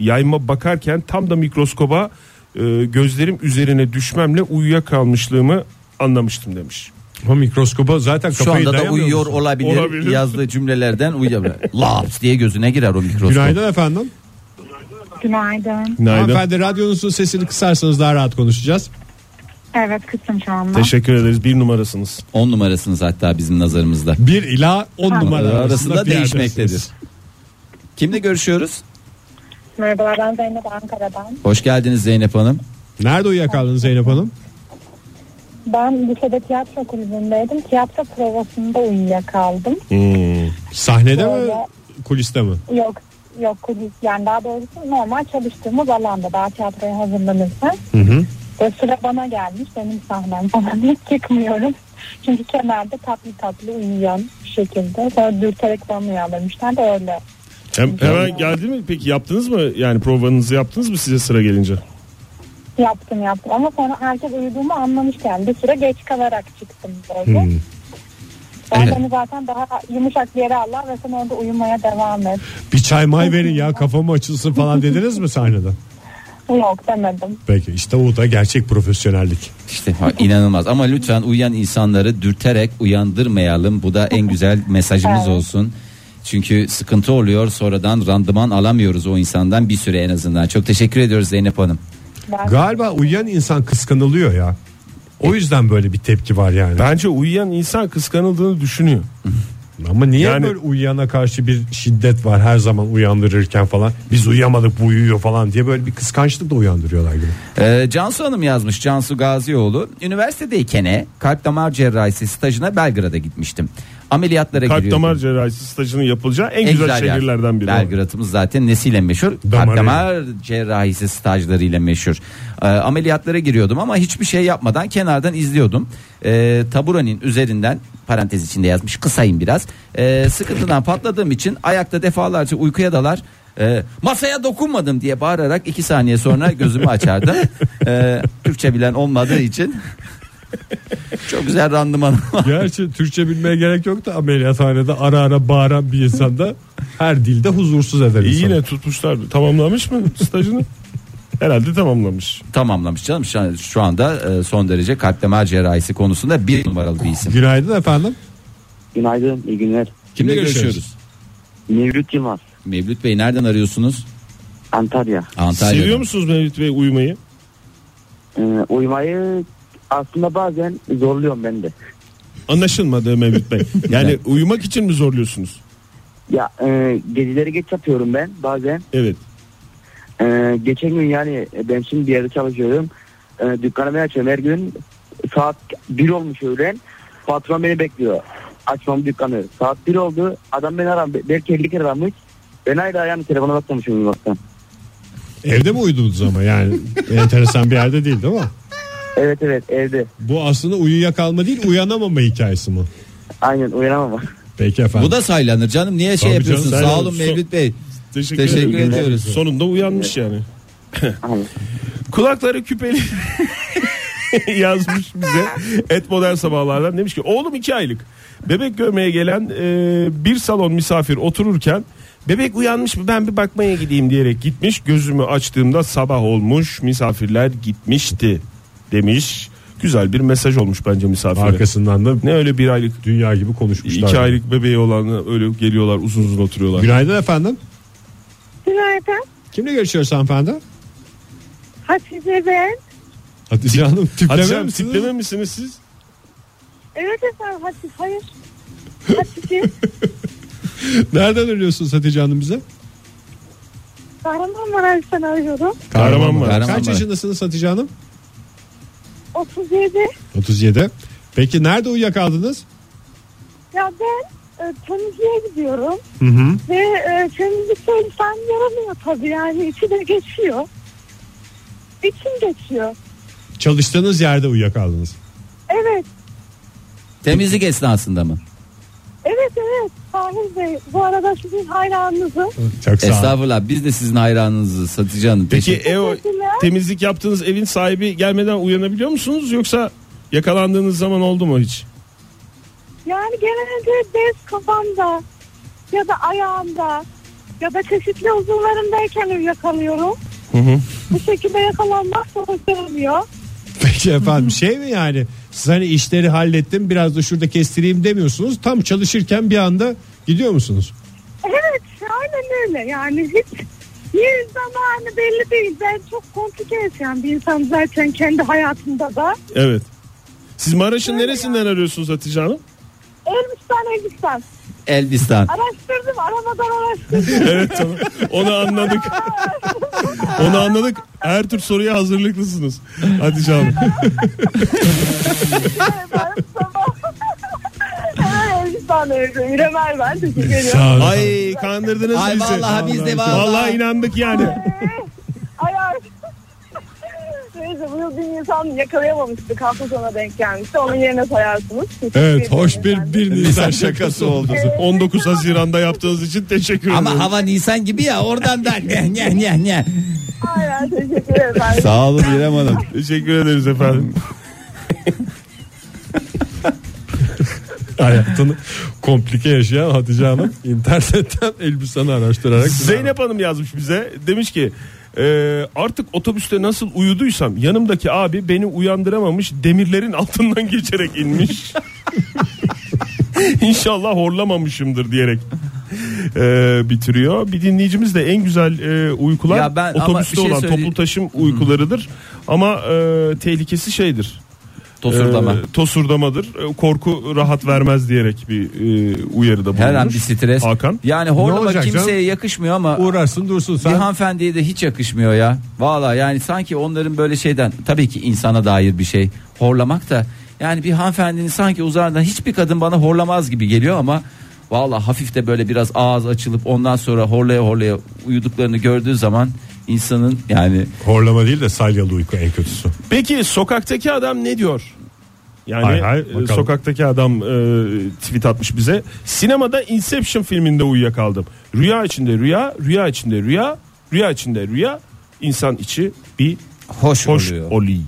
Speaker 3: yayma bakarken tam da mikroskoba e, gözlerim üzerine düşmemle uyuyakalmışlığımı anlamıştım demiş.
Speaker 2: O mikroskoba zaten
Speaker 4: Şu
Speaker 2: kafayı
Speaker 4: anda da
Speaker 2: dayamıyor
Speaker 4: uyuyor
Speaker 2: musun?
Speaker 4: olabilir.
Speaker 3: Olabilir.
Speaker 4: Yazdığı cümlelerden uyuyabilir. Laps diye gözüne girer o mikroskop.
Speaker 2: Günaydın efendim.
Speaker 9: Günaydın.
Speaker 2: Hanımefendi radyonuzun sesini kısarsanız daha rahat konuşacağız.
Speaker 9: Evet kızım şu anda.
Speaker 3: Teşekkür ederiz. Bir numarasınız.
Speaker 4: 10 numarasınız hatta bizim nazarımızda.
Speaker 2: 1 ila 10 numara
Speaker 4: Arasında,
Speaker 2: arasında, bir
Speaker 4: değişmektedir.
Speaker 2: yerdesiniz.
Speaker 4: Kimle görüşüyoruz?
Speaker 9: Merhabalar ben Zeynep Ankara'dan.
Speaker 4: Hoş geldiniz Zeynep Hanım.
Speaker 2: Nerede uyuyakaldınız Zeynep Hanım?
Speaker 9: Ben lisede tiyatro kulübündeydim. Tiyatro provasında uyuyakaldım.
Speaker 2: Hmm. Sahnede mi?
Speaker 9: Şöyle.
Speaker 2: Kuliste mi?
Speaker 9: Yok yok kulüp yani daha doğrusu normal çalıştığımız alanda daha tiyatroya hazırlanırken. Ve sıra bana gelmiş benim sahnem falan hiç çıkmıyorum. Çünkü kenarda tatlı tatlı uyuyan bir şekilde. Sonra dürterek bana uyandırmışlar da öyle.
Speaker 3: Hem, hemen geldi mi? Peki yaptınız mı? Yani provanızı yaptınız mı size sıra gelince?
Speaker 9: Yaptım yaptım ama sonra herkes uyuduğumu anlamışken Bir süre geç kalarak çıktım böyle.
Speaker 2: Hmm. E,
Speaker 9: Ben
Speaker 4: Evet.
Speaker 9: seni zaten daha yumuşak bir yere Allah ve sen orada uyumaya devam et.
Speaker 2: Bir çay may verin ya kafam açılsın falan dediniz mi sahnede?
Speaker 9: Yok demedim.
Speaker 2: Peki işte o da gerçek profesyonellik.
Speaker 4: İşte ha, inanılmaz ama lütfen uyuyan insanları dürterek uyandırmayalım. Bu da en güzel mesajımız
Speaker 9: Evet.
Speaker 4: olsun. Çünkü sıkıntı oluyor sonradan randıman alamıyoruz o insandan bir süre en azından. Çok teşekkür ediyoruz Zeynep Hanım.
Speaker 9: Ben
Speaker 2: Galiba uyuyan insan kıskanılıyor ya. O yüzden böyle bir tepki var yani.
Speaker 3: Bence uyuyan insan kıskanıldığını düşünüyor.
Speaker 2: Ama niye
Speaker 3: Yani-
Speaker 2: böyle uyuyana karşı bir şiddet var her zaman uyandırırken falan. Biz uyuyamadık bu uyuyor falan diye böyle bir kıskançlık da uyandırıyorlar gibi.
Speaker 4: Ee, Cansu Hanım yazmış Cansu Gazioğlu. Üniversitedeyken kalp damar cerrahisi stajına Belgrad'a gitmiştim. Ameliyatlara
Speaker 3: Kalp
Speaker 4: giriyordum.
Speaker 3: damar cerrahisi stajının yapılacağı en,
Speaker 4: En
Speaker 3: güzel,
Speaker 4: yer.
Speaker 3: şehirlerden biri.
Speaker 4: Belgrad'ımız zaten nesiyle meşhur? Kalp
Speaker 2: Damarıyla.
Speaker 4: damar cerrahisi stajlarıyla meşhur. Ee, ameliyatlara giriyordum ama hiçbir şey yapmadan kenardan izliyordum. Ee, taburanın üzerinden parantez içinde yazmış kısayım biraz. Ee, sıkıntıdan patladığım için ayakta defalarca uykuya dalar. Ee, masaya dokunmadım diye bağırarak iki saniye sonra gözümü açardım. Ee, Türkçe bilen olmadığı için çok güzel randıman
Speaker 2: Gerçi Türkçe bilmeye gerek yok da ameliyathanede ara ara bağıran bir insanda her dilde huzursuz eder
Speaker 3: E yine tutmuşlardı. Tamamlamış mı stajını? Herhalde tamamlamış.
Speaker 4: tamamlamış canım. Şu an- Şu anda e, son derece kalp damar cerrahisi konusunda bir numaralı bir isim.
Speaker 2: Günaydın efendim.
Speaker 1: Günaydın, iyi günler.
Speaker 4: Kimle
Speaker 2: görüşüyoruz?
Speaker 4: görüşüyoruz?
Speaker 1: Mevlüt Yılmaz,
Speaker 4: Mevlüt Bey nereden arıyorsunuz?
Speaker 1: Antalya.
Speaker 4: Antalya'dan.
Speaker 3: Seviyor musunuz Mevlüt Bey uyumayı?
Speaker 1: Ee, uyumayı aslında bazen zorluyorum ben de.
Speaker 3: Anlaşılmadı Mevlüt Bey. Yani uyumak için mi zorluyorsunuz?
Speaker 1: Ya e, geceleri geç yatıyorum ben bazen.
Speaker 3: Evet.
Speaker 1: E, geçen gün yani e, ben şimdi bir yerde çalışıyorum. E, dükkanımı açıyorum her gün. Saat 1 olmuş öğlen. Patron beni bekliyor. Açmam dükkanı. Saat 1 oldu. Adam beni aramış. Belki 50 kere aramış. Ben hala yani telefona bakmamışım uyumaktan.
Speaker 2: Evde mi uyudunuz ama yani enteresan bir yerde değil değil mi?
Speaker 1: Evet evet evde.
Speaker 2: Bu aslında uyuyakalma değil uyanamama hikayesi mi?
Speaker 1: Aynen uyanamam.
Speaker 2: Peki efendim.
Speaker 4: Bu da saylanır canım. Niye şey
Speaker 2: Tabii
Speaker 4: yapıyorsun?
Speaker 2: canım,
Speaker 4: Sağ
Speaker 2: saylanır.
Speaker 4: olun
Speaker 3: Son-
Speaker 4: Mevlüt Bey.
Speaker 3: Teşekkür,
Speaker 4: Teşekkür
Speaker 3: ederim.
Speaker 4: ediyoruz.
Speaker 3: Sonunda uyanmış yani.
Speaker 1: Aynen.
Speaker 3: Kulakları küpeli yazmış bize. Et modern sabahlardan demiş ki oğlum iki aylık. Bebek görmeye gelen e, bir salon misafir otururken bebek uyanmış mı ben bir bakmaya gideyim diyerek gitmiş. Gözümü açtığımda sabah olmuş misafirler gitmişti demiş. Güzel bir mesaj olmuş bence misafire.
Speaker 2: Arkasından da
Speaker 3: Ne öyle bir aylık
Speaker 2: dünya gibi konuşmuşlar.
Speaker 3: iki aylık bebeği olan öyle geliyorlar uzun uzun oturuyorlar.
Speaker 2: Günaydın efendim.
Speaker 9: Günaydın.
Speaker 2: Kimle görüşüyoruz hanımefendi?
Speaker 9: Hatice ben.
Speaker 2: Hatice Hanım tipleme
Speaker 3: Hatice Hanım
Speaker 2: misiniz?
Speaker 3: tipleme misiniz siz?
Speaker 9: Evet efendim Hatice. Hayır. Hatice.
Speaker 2: Nereden arıyorsunuz Hatice Hanım bize?
Speaker 9: Kahramanmaraş'tan arıyorum.
Speaker 3: Kahramanmaraş.
Speaker 2: Kaç
Speaker 4: Kahramanmaraş.
Speaker 2: yaşındasınız Hatice Hanım?
Speaker 9: 37.
Speaker 2: 37. Peki nerede uyuyakaldınız?
Speaker 9: Ya ben e, temizliğe gidiyorum. Ve e, temizlikte insan yaramıyor tabii yani. içi de geçiyor. İçim geçiyor.
Speaker 2: Çalıştığınız yerde uyuyakaldınız.
Speaker 9: Evet.
Speaker 4: Temizlik esnasında mı?
Speaker 6: Evet evet Fahir Bey bu arada sizin hayranınızım.
Speaker 2: Çok sağ ol.
Speaker 4: Estağfurullah biz de sizin hayranınızız Hatice Hanım.
Speaker 3: Peki
Speaker 4: Teşekkür-
Speaker 3: ev temizlik yaptığınız evin sahibi gelmeden uyanabiliyor musunuz yoksa yakalandığınız zaman oldu mu hiç?
Speaker 6: Yani genelde bez kafamda ya da ayağımda ya da çeşitli uzunlarımdayken uyuyakalıyorum. Bu şekilde yakalanmak da hoşlanmıyor.
Speaker 7: Peki efendim şey mi yani siz hani işleri hallettim biraz da şurada kestireyim demiyorsunuz. Tam çalışırken bir anda gidiyor musunuz?
Speaker 6: Evet aynen öyle yani hiç bir zamanı belli değil. Ben çok komplike yaşayan bir insan zaten kendi hayatımda da.
Speaker 3: Evet. Siz Maraş'ın neresinden arıyorsunuz Hatice Hanım?
Speaker 6: Elbistan Elbistan.
Speaker 4: Elbistan.
Speaker 6: Araştırdım aramadan araştırdım.
Speaker 3: Evet onu, onu anladık. Onu anladık. Her tür soruya hazırlıklısınız. Hatice Hanım.
Speaker 6: Hemen Elbistan arıyorum. İremel ben teşekkür ediyorum.
Speaker 3: Ay kandırdınız
Speaker 4: Ay
Speaker 3: bizi.
Speaker 4: vallahi biz de
Speaker 3: Vallahi
Speaker 4: vallahi.
Speaker 3: inandık yani.
Speaker 6: Ay ay. Neyse bu yıl bir insan yakalayamamıştık. Hafta sonuna denk gelmişti. Onun yerine sayarsınız. Teşekkür
Speaker 2: Evet
Speaker 6: ederim
Speaker 2: hoş bir
Speaker 6: efendim.
Speaker 2: bir Nisan şakası oldu.
Speaker 3: 19 Haziran'da yaptığınız için teşekkür ederim.
Speaker 4: Ama hava Nisan gibi ya oradan da ne ne ne ne.
Speaker 6: Aynen teşekkür ederim efendim.
Speaker 4: Sağ olun İrem Hanım.
Speaker 3: Teşekkür ederiz efendim.
Speaker 2: Hayatını komplike yaşayan Hatice Hanım internetten elbiseni araştırarak.
Speaker 3: Zeynep Hanım yazmış bize. Demiş ki "E, artık otobüste nasıl uyuduysam yanımdaki abi beni uyandıramamış demirlerin altından geçerek inmiş. İnşallah horlamamışımdır diyerek e, bitiriyor. Bir dinleyicimiz de en güzel e, uykular
Speaker 4: Ya ben ama
Speaker 3: otobüste
Speaker 4: bir şey
Speaker 3: olan
Speaker 4: söyle-
Speaker 3: toplu taşım uykularıdır. Ama e, tehlikesi şeydir.
Speaker 4: Tosurdama.
Speaker 3: E, tosurdamadır. E, korku rahat vermez diyerek bir e, uyarıda bulunmuş.
Speaker 4: Her an bir stres.
Speaker 3: Hakan.
Speaker 4: Yani
Speaker 7: Ne
Speaker 4: horlama
Speaker 7: olacak
Speaker 4: kimseye yakışmıyor ama
Speaker 7: Uğrarsın dursun
Speaker 4: bir
Speaker 7: sen.
Speaker 4: hanımefendiye de hiç yakışmıyor ya. Valla yani sanki onların böyle şeyden tabii ki insana dair bir şey horlamak da yani bir hanımefendinin sanki uzardan hiçbir kadın bana horlamaz gibi geliyor ama valla hafif de böyle biraz ağız açılıp ondan sonra horlaya horlaya uyuduklarını gördüğü zaman insanın yani
Speaker 2: Horlama değil de salyalı uyku en kötüsü.
Speaker 3: Peki sokaktaki adam ne diyor? Yani
Speaker 2: Hay hay,
Speaker 3: e,
Speaker 2: bakalım.
Speaker 3: sokaktaki adam e, tweet atmış bize. Sinemada Inception filminde uyuyakaldım. Rüya içinde rüya, rüya içinde rüya, rüya içinde rüya. İnsan içi bir
Speaker 4: hoş,
Speaker 3: hoş
Speaker 4: oluyor.
Speaker 3: oli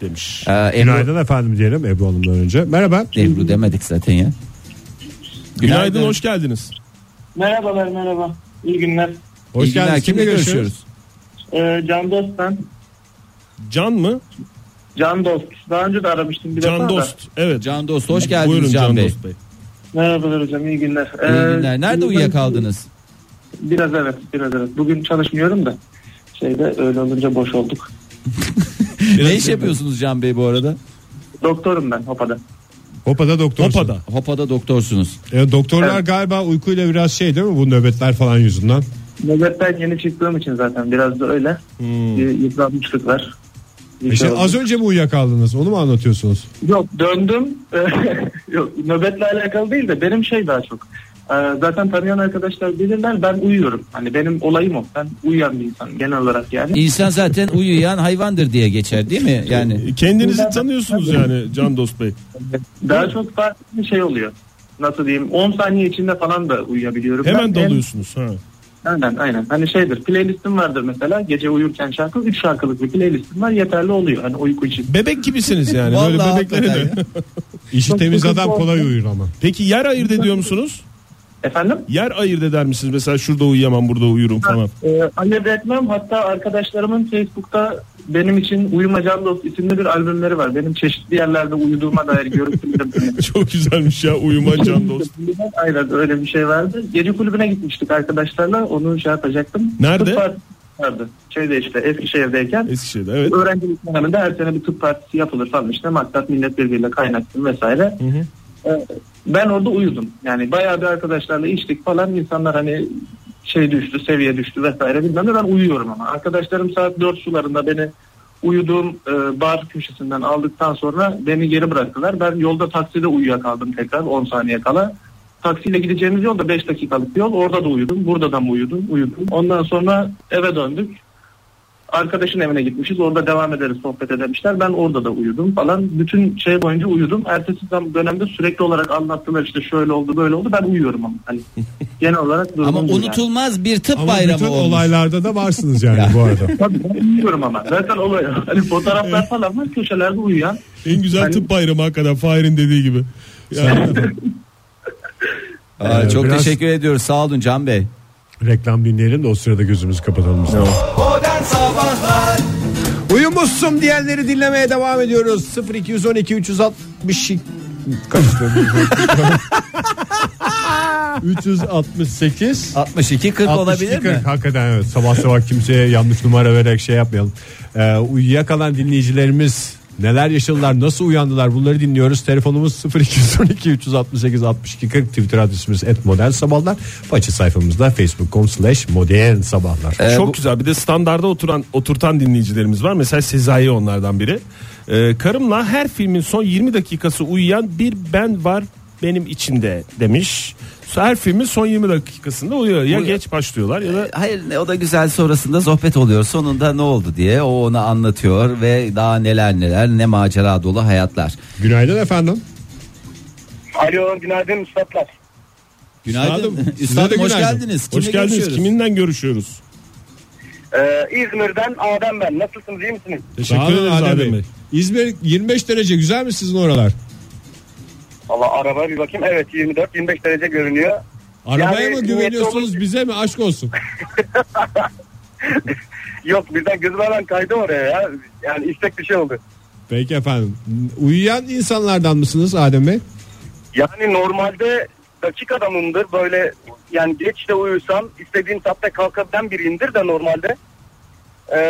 Speaker 3: demiş.
Speaker 4: Ee, Ebru-
Speaker 2: Günaydın efendim diyelim Ebru Hanım'dan önce. Merhaba.
Speaker 4: Ebru demedik zaten ya.
Speaker 3: Günaydın, hoş geldiniz.
Speaker 1: Merhabalar merhaba. İyi günler.
Speaker 4: İyi
Speaker 2: Hoş
Speaker 4: günler,
Speaker 2: geldiniz.
Speaker 4: Kimle görüşüyoruz?
Speaker 1: Ee, Can Dost ben.
Speaker 3: Can mı?
Speaker 1: Can Dost. Daha önce de aramıştım bir defa da.
Speaker 3: Can Dost. Evet.
Speaker 4: Can Dost hoş geldiniz
Speaker 3: Buyurun
Speaker 4: Can, Bey.
Speaker 3: Dost Bey.
Speaker 1: Merhabalar hocam iyi günler. Ee,
Speaker 4: İyi günler. Nerede uyuyakaldınız?
Speaker 1: Biraz evet biraz evet. Bugün çalışmıyorum da. Şeyde öyle olunca boş olduk.
Speaker 4: ne iş yapıyorsunuz Can Bey bu arada?
Speaker 1: Doktorum ben Hopa'da.
Speaker 2: Hopa'da doktorsun.
Speaker 3: Hopa'da.
Speaker 4: Hopa'da doktorsunuz.
Speaker 2: E, doktorlar
Speaker 1: Evet.
Speaker 2: galiba uykuyla biraz şey değil mi bu nöbetler falan yüzünden.
Speaker 1: Nöbetten yeni çıktığım için zaten biraz da öyle.
Speaker 3: Hmm.
Speaker 1: Bir yıpranmışlık var. Bir
Speaker 2: E
Speaker 1: şey
Speaker 2: şey,
Speaker 1: oldu.
Speaker 2: az önce mi uyuyakaldınız onu mu anlatıyorsunuz?
Speaker 1: Yok döndüm. Yok nöbetle alakalı değil de benim şey daha çok. Ee, Zaten tanıyan arkadaşlar bilirler ben uyuyorum. Hani benim olayım o. Ben uyuyan bir insanım genel olarak yani.
Speaker 4: İnsan zaten uyuyan hayvandır diye geçer değil mi? Yani
Speaker 3: E, Kendinizi tanıyorsunuz yani Can Dost Bey.
Speaker 1: Daha çok farklı bir şey oluyor. Nasıl diyeyim 10 saniye içinde falan da uyuyabiliyorum.
Speaker 3: Hemen
Speaker 1: Ben en-
Speaker 3: dalıyorsunuz. Ha.
Speaker 1: Aynen aynen. Hani şeydir playlistim vardır mesela. Gece uyurken şarkı 3 şarkılık bir playlistim var. Yeterli oluyor hani uyku için.
Speaker 3: Bebek gibisiniz yani. Böyle
Speaker 4: Vallahi
Speaker 3: bebeklere
Speaker 4: hakikaten
Speaker 3: de.
Speaker 2: İşi
Speaker 1: Çok
Speaker 2: temiz
Speaker 1: sıkıntı
Speaker 2: adam
Speaker 1: oldu.
Speaker 2: kolay uyur ama.
Speaker 3: Peki yer ayırt ediyor musunuz?
Speaker 1: Efendim?
Speaker 3: Yer ayırt eder misiniz? Mesela şurada uyuyamam burada uyurum falan.
Speaker 1: Ee, ayırt etmem. Hatta arkadaşlarımın Facebook'ta benim için Uyuma Can Dost isimli bir albümleri var. Benim çeşitli yerlerde uyuduğuma dair görüntülerim.
Speaker 3: Çok güzelmiş ya uyuma can dost.
Speaker 1: Aynen öyle bir şey vardı. Gece kulübüne gitmiştik arkadaşlarla. Onu şey yapacaktım.
Speaker 3: Nerede?
Speaker 1: Tıp partisi vardı. Şeyde işte Eskişehir'deyken.
Speaker 3: Eskişehir'de evet.
Speaker 1: Öğrencilik döneminde her sene bir tıp partisi yapılır falan işte. Maksat millet birbiriyle kaynaşsın vesaire. Ee, Ben orada uyudum. Yani bayağı bir arkadaşlarla içtik falan. İnsanlar hani şey düştü, seviye düştü vesaire bilmem ne. Ben uyuyorum ama. Arkadaşlarım saat 4 sularında beni uyuduğum e, bar köşesinden aldıktan sonra beni geri bıraktılar. Ben yolda takside uyuyakaldım tekrar 10 saniye kala. Taksiyle gideceğimiz yol da 5 dakikalık bir yol. Orada da uyudum. Burada da mı uyudum? Uyudum. Ondan sonra eve döndük. Arkadaşın evine gitmişiz. Orada devam ederiz sohbet edemişler. Ben orada da uyudum falan. Bütün şey boyunca uyudum. Ertesi zam- dönemde sürekli olarak anlattılar işte şöyle oldu böyle oldu. Ben uyuyorum ama. Hani genel olarak durumum
Speaker 4: Ama
Speaker 1: bu yani.
Speaker 4: unutulmaz bir tıp
Speaker 2: Ama bütün
Speaker 4: bayramı olmuş.
Speaker 2: olaylarda da varsınız yani bu arada.
Speaker 1: Tabii ben uyuyorum ama. Zaten olay. Hani fotoğraflar falan var köşelerde uyuyan.
Speaker 3: En güzel
Speaker 1: Hani-
Speaker 3: tıp bayramı hakikaten Fahir'in dediği gibi. Yani
Speaker 4: Aa, çok
Speaker 2: Ee, Biraz-
Speaker 4: teşekkür ediyoruz. Sağ olun Can Bey.
Speaker 2: Reklam dinleyelim de o sırada gözümüzü kapatalım. biz de.
Speaker 7: Uyumuşsun diyenleri dinlemeye devam ediyoruz. 0212 360
Speaker 2: 368
Speaker 4: 62 40 olabilir
Speaker 2: 62, 40.
Speaker 4: mi?
Speaker 2: Hakikaten evet. Sabah sabah kimseye yanlış numara vererek şey yapmayalım. Ee, uyuyakalan dinleyicilerimiz neler yaşadılar, nasıl uyandılar bunları dinliyoruz. Telefonumuz 0212 368 62 40. Twitter adresimiz et modern sabahlar. Faça sayfamızda facebook.com slash modern sabahlar.
Speaker 4: Ee,
Speaker 3: çok
Speaker 4: bu-
Speaker 3: güzel. Bir de standarda oturan oturtan dinleyicilerimiz var. Mesela Sezai onlardan biri. Ee, karımla her filmin son 20 dakikası uyuyan bir ben var benim içinde demiş. Her filmin son 20 dakikasında uyuyor. Ya
Speaker 4: Uyuyor.
Speaker 3: geç başlıyorlar ya da
Speaker 4: Hayır ne o da güzel sonrasında sohbet oluyor. Sonunda ne oldu diye o ona anlatıyor ve daha neler neler ne macera dolu hayatlar.
Speaker 2: Günaydın efendim.
Speaker 8: Alo günaydın üstadlar.
Speaker 4: Günaydın.
Speaker 2: Üstadım, size
Speaker 4: Üstadım
Speaker 2: de
Speaker 4: hoş
Speaker 2: günaydın.
Speaker 4: geldiniz. Kimle
Speaker 3: hoş geldiniz.
Speaker 4: görüşüyoruz?
Speaker 3: Kiminden görüşüyoruz?
Speaker 8: Ee, İzmir'den Adem ben. Nasılsınız iyi misiniz?
Speaker 2: Sağ
Speaker 3: Teşekkür
Speaker 2: olun
Speaker 3: ederiz
Speaker 2: Adem
Speaker 3: Adem
Speaker 2: Bey.
Speaker 3: Bey.
Speaker 2: İzmir 25 derece güzel mi sizin oralar?
Speaker 8: Valla arabaya bir bakayım. Evet 24-25 derece görünüyor.
Speaker 2: Arabaya
Speaker 8: Yani
Speaker 2: mı
Speaker 8: niyetli
Speaker 2: güveniyorsunuz
Speaker 8: olun-
Speaker 2: bize mi aşk olsun?
Speaker 8: Yok bizden gözüm hemen kaydı oraya ya. Yani istek bir şey oldu.
Speaker 2: Peki efendim. Uyuyan insanlardan mısınız Adem Bey?
Speaker 8: Yani normalde dakik adamımdır. Böyle yani geç de uyusam istediğim saatte kalkabilen biriyimdir de normalde. Ee,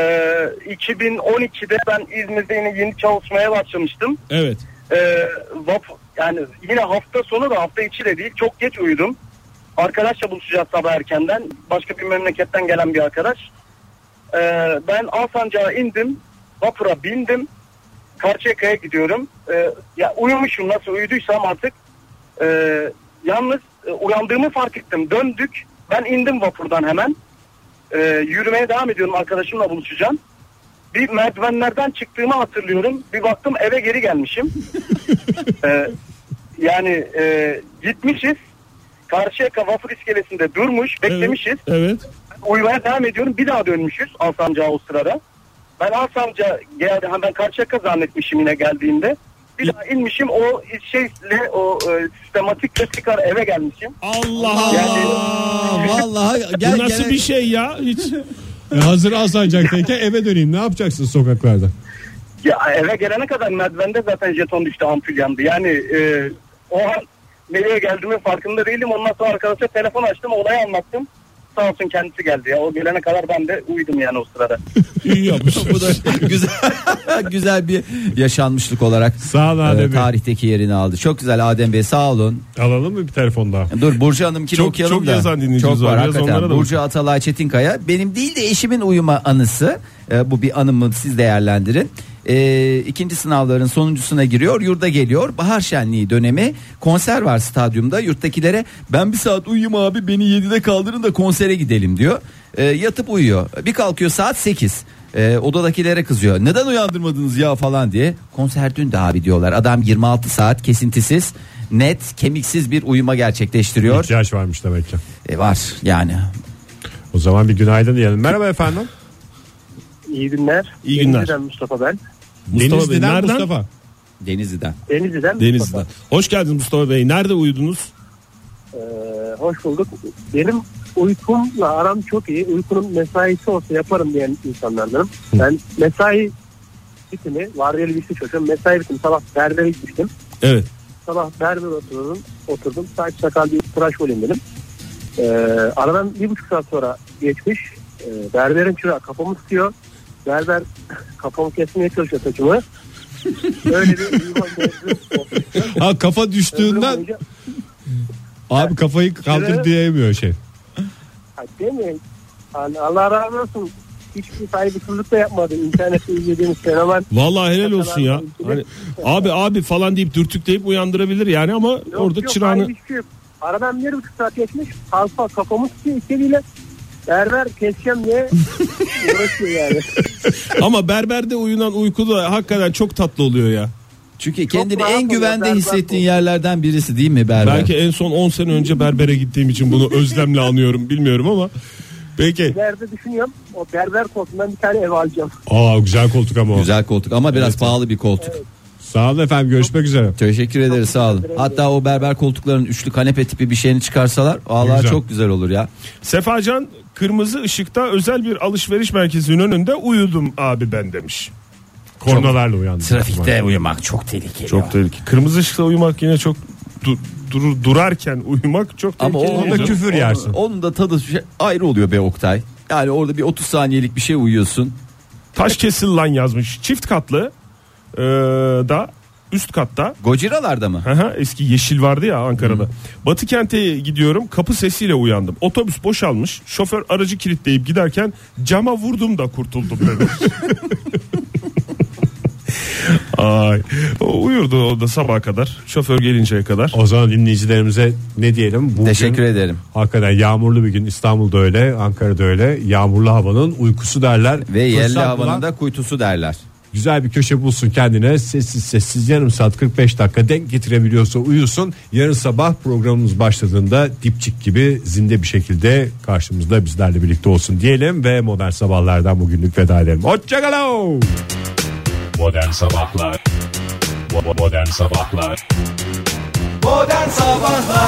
Speaker 8: 2012'de ben İzmir'de yine yeni çalışmaya başlamıştım.
Speaker 3: Evet.
Speaker 8: Ee, vap, yani yine hafta sonu da hafta içi de değil. Çok geç uyudum. Arkadaşla buluşacağız sabah erkenden. Başka bir memleketten gelen bir arkadaş. Ee, ben Alsancak'a indim. Vapura bindim. Karşıyaka'ya gidiyorum. Ee, ya uyumuşum nasıl uyuduysam artık. Ee, yalnız e, uyandığımı fark ettim. Döndük. Ben indim vapurdan hemen. Ee, yürümeye devam ediyorum. Arkadaşımla buluşacağım. Bir merdivenlerden çıktığımı hatırlıyorum. Bir baktım eve geri gelmişim. Ee, yani e, gitmişiz. Karşıyaka vapur iskelesinde durmuş. Beklemişiz
Speaker 3: Evet.
Speaker 8: uyumaya devam ediyorum. Bir daha dönmüşüz Alsancak'a o sırada. Ben Alsancak'a geldi, ha, ben Karşıyaka zannetmişim yine geldiğimde. Bir daha inmişim o şeyle o e, sistematikle çıkar eve gelmişim.
Speaker 3: Allah
Speaker 8: Yani-
Speaker 3: Allah.
Speaker 4: Vallahi
Speaker 3: Bu
Speaker 4: gel
Speaker 3: nasıl
Speaker 4: gene-
Speaker 3: bir şey ya? Hiç.
Speaker 2: E, hazır Alsancak'tayken eve döneyim. Ne yapacaksın sokaklarda?
Speaker 8: Ya eve gelene kadar merdivende zaten jeton düştü ampul yandı. Yani e, o an nereye geldiğimin farkında değilim. Ondan sonra arkadaşa telefon açtım olayı anlattım. Sağ olsun kendisi geldi ya. O gelene kadar ben de uyudum yani o sırada.
Speaker 3: İyi yapmış.
Speaker 4: Bu da güzel güzel bir yaşanmışlık olarak
Speaker 2: Sağ ol Adem
Speaker 4: e,
Speaker 2: Bey.
Speaker 4: tarihteki yerini aldı. Çok güzel Adem Bey sağ olun.
Speaker 2: Alalım mı bir telefon daha?
Speaker 4: Dur Burcu Hanım kim
Speaker 3: Çok-
Speaker 4: okuyalım
Speaker 3: çok
Speaker 4: da.
Speaker 3: yazan dinleyicimiz
Speaker 4: Çok
Speaker 3: var.
Speaker 4: var
Speaker 3: Biraz
Speaker 4: hakikaten.
Speaker 3: onlara da
Speaker 4: Burcu Atalay Çetinkaya benim değil de eşimin uyuma anısı. E, bu bir anımı siz değerlendirin. E, ikinci sınavların sonuncusuna giriyor yurda geliyor bahar şenliği dönemi konser var stadyumda yurttakilere ben bir saat uyuyayım abi beni 7'de kaldırın da konsere gidelim diyor E, yatıp uyuyor bir kalkıyor saat 8 E, odadakilere kızıyor neden uyandırmadınız ya falan diye konser dün de abi diyorlar adam 26 saat kesintisiz net kemiksiz bir uyuma gerçekleştiriyor
Speaker 2: İhtiyaç varmış demek ki.
Speaker 4: e var yani.
Speaker 2: O zaman bir günaydın diyelim. Merhaba efendim.
Speaker 1: İyi günler.
Speaker 3: İyi günler.
Speaker 1: Denizli'den Mustafa ben.
Speaker 3: Mustafa Bey,
Speaker 2: Denizli'den
Speaker 3: nereden?
Speaker 2: Mustafa.
Speaker 4: Denizli'den.
Speaker 1: Denizli'den
Speaker 3: Denizli'den. Hoş geldiniz Mustafa Bey. Nerede uyudunuz?
Speaker 1: Ee, hoş bulduk. Benim uykumla aram çok iyi. Uykunun mesaisi olsa yaparım diyen insanlardanım. Ben mesai bitimi, vardiyeli bitti çocuğum. Mesai bitimi sabah berbere gitmiştim.
Speaker 3: Evet.
Speaker 1: Sabah berbere oturdum. oturdum. Saç sakal bir tıraş olayım dedim. Ee, aradan bir buçuk saat sonra geçmiş. Ee, berberin çırağı kafamı sıkıyor. Berber kafamı kesmeye çalışıyor saçımı. Böyle bir uyuma mevzu oldu.
Speaker 2: Ha kafa
Speaker 1: Ömrüm
Speaker 2: düştüğünden
Speaker 1: boyunca-
Speaker 2: abi kafayı kaldır
Speaker 1: Şöyle-
Speaker 2: diyemiyor şey.
Speaker 1: Ha, Değil mi? Yani Allah razı olsun. Hiçbir saygısızlık da yapmadı. İnternette izlediğimiz fenomen.
Speaker 3: Vallahi helal olsun ya. Hani abi abi falan deyip dürtükleyip uyandırabilir yani ama orada
Speaker 1: yok,
Speaker 3: çırağını
Speaker 1: hayır, hiçbir şey yok. Aradan bir buçuk saat geçmiş. Alfa kafamı tutuyor içeriyle.
Speaker 10: Berber keseceğim diye uğraşıyor yani.
Speaker 3: Ama berberde uyunan uyku da hakikaten çok tatlı oluyor ya.
Speaker 4: Çünkü kendini
Speaker 10: rahat
Speaker 4: en
Speaker 10: oluyor,
Speaker 4: güvende
Speaker 10: berbat
Speaker 4: hissettiğin yerlerden birisi değil mi Berber?
Speaker 3: Belki en son 10 sene önce berbere gittiğim için bunu özlemle anıyorum bilmiyorum ama. Peki.
Speaker 10: İleride düşünüyorum o berber koltuğundan bir tane ev alacağım.
Speaker 2: Aa güzel koltuk ama o.
Speaker 4: Güzel koltuk ama biraz pahalı bir koltuk.
Speaker 2: Sağ olun efendim görüşmek üzere.
Speaker 4: Teşekkür ederiz sağ olun. Hatta o berber koltukların üçlü kanepe tipi bir şeyini çıkarsalar vallahi
Speaker 2: Güzel.
Speaker 4: çok güzel olur ya.
Speaker 3: Sefacan kırmızı ışıkta özel bir alışveriş merkezinin önünde uyudum abi ben demiş.
Speaker 2: Kornalarla uyandım.
Speaker 4: uyumak çok tehlikeli.
Speaker 3: Çok tehlikeli. Kırmızı ışıkta uyumak yine çok du- durur- durarken uyumak çok
Speaker 4: Ama
Speaker 3: tehlikeli.
Speaker 4: o-
Speaker 2: Onda
Speaker 3: Olacak.
Speaker 2: küfür yersin.
Speaker 4: Onun da tadı şey- ayrı oluyor be Oktay. Yani orada bir 30 saniyelik bir şey uyuyorsun.
Speaker 3: Taş kesil lan yazmış. Çift katlı e, da üst katta
Speaker 4: Gociralarda mı? Hmm.
Speaker 3: Aha, eski yeşil vardı ya Ankara'da. Batı kente gidiyorum kapı sesiyle uyandım. Otobüs boşalmış şoför aracı kilitleyip giderken cama vurdum da kurtuldum dedi. Ay, o uyurdu o da sabaha kadar. Şoför gelinceye kadar.
Speaker 2: O zaman dinleyicilerimize ne diyelim? Bugün
Speaker 4: Teşekkür ederim.
Speaker 2: Hakikaten yağmurlu bir gün İstanbul'da öyle, Ankara'da öyle. Yağmurlu havanın uykusu derler.
Speaker 4: Ve yerli
Speaker 2: Fırsat bulan
Speaker 4: havanın da kuytusu derler.
Speaker 2: Güzel bir köşe bulsun kendine. Sessiz sessiz yarım saat 45 dakika denk getirebiliyorsa uyusun. Yarın sabah programımız başladığında dipçik gibi zinde bir şekilde karşımızda bizlerle birlikte olsun diyelim. Ve modern sabahlardan bugünlük veda edelim. Hoşçakalın.
Speaker 11: Modern Sabahlar Bo- Modern Sabahlar
Speaker 4: Modern Sabahlar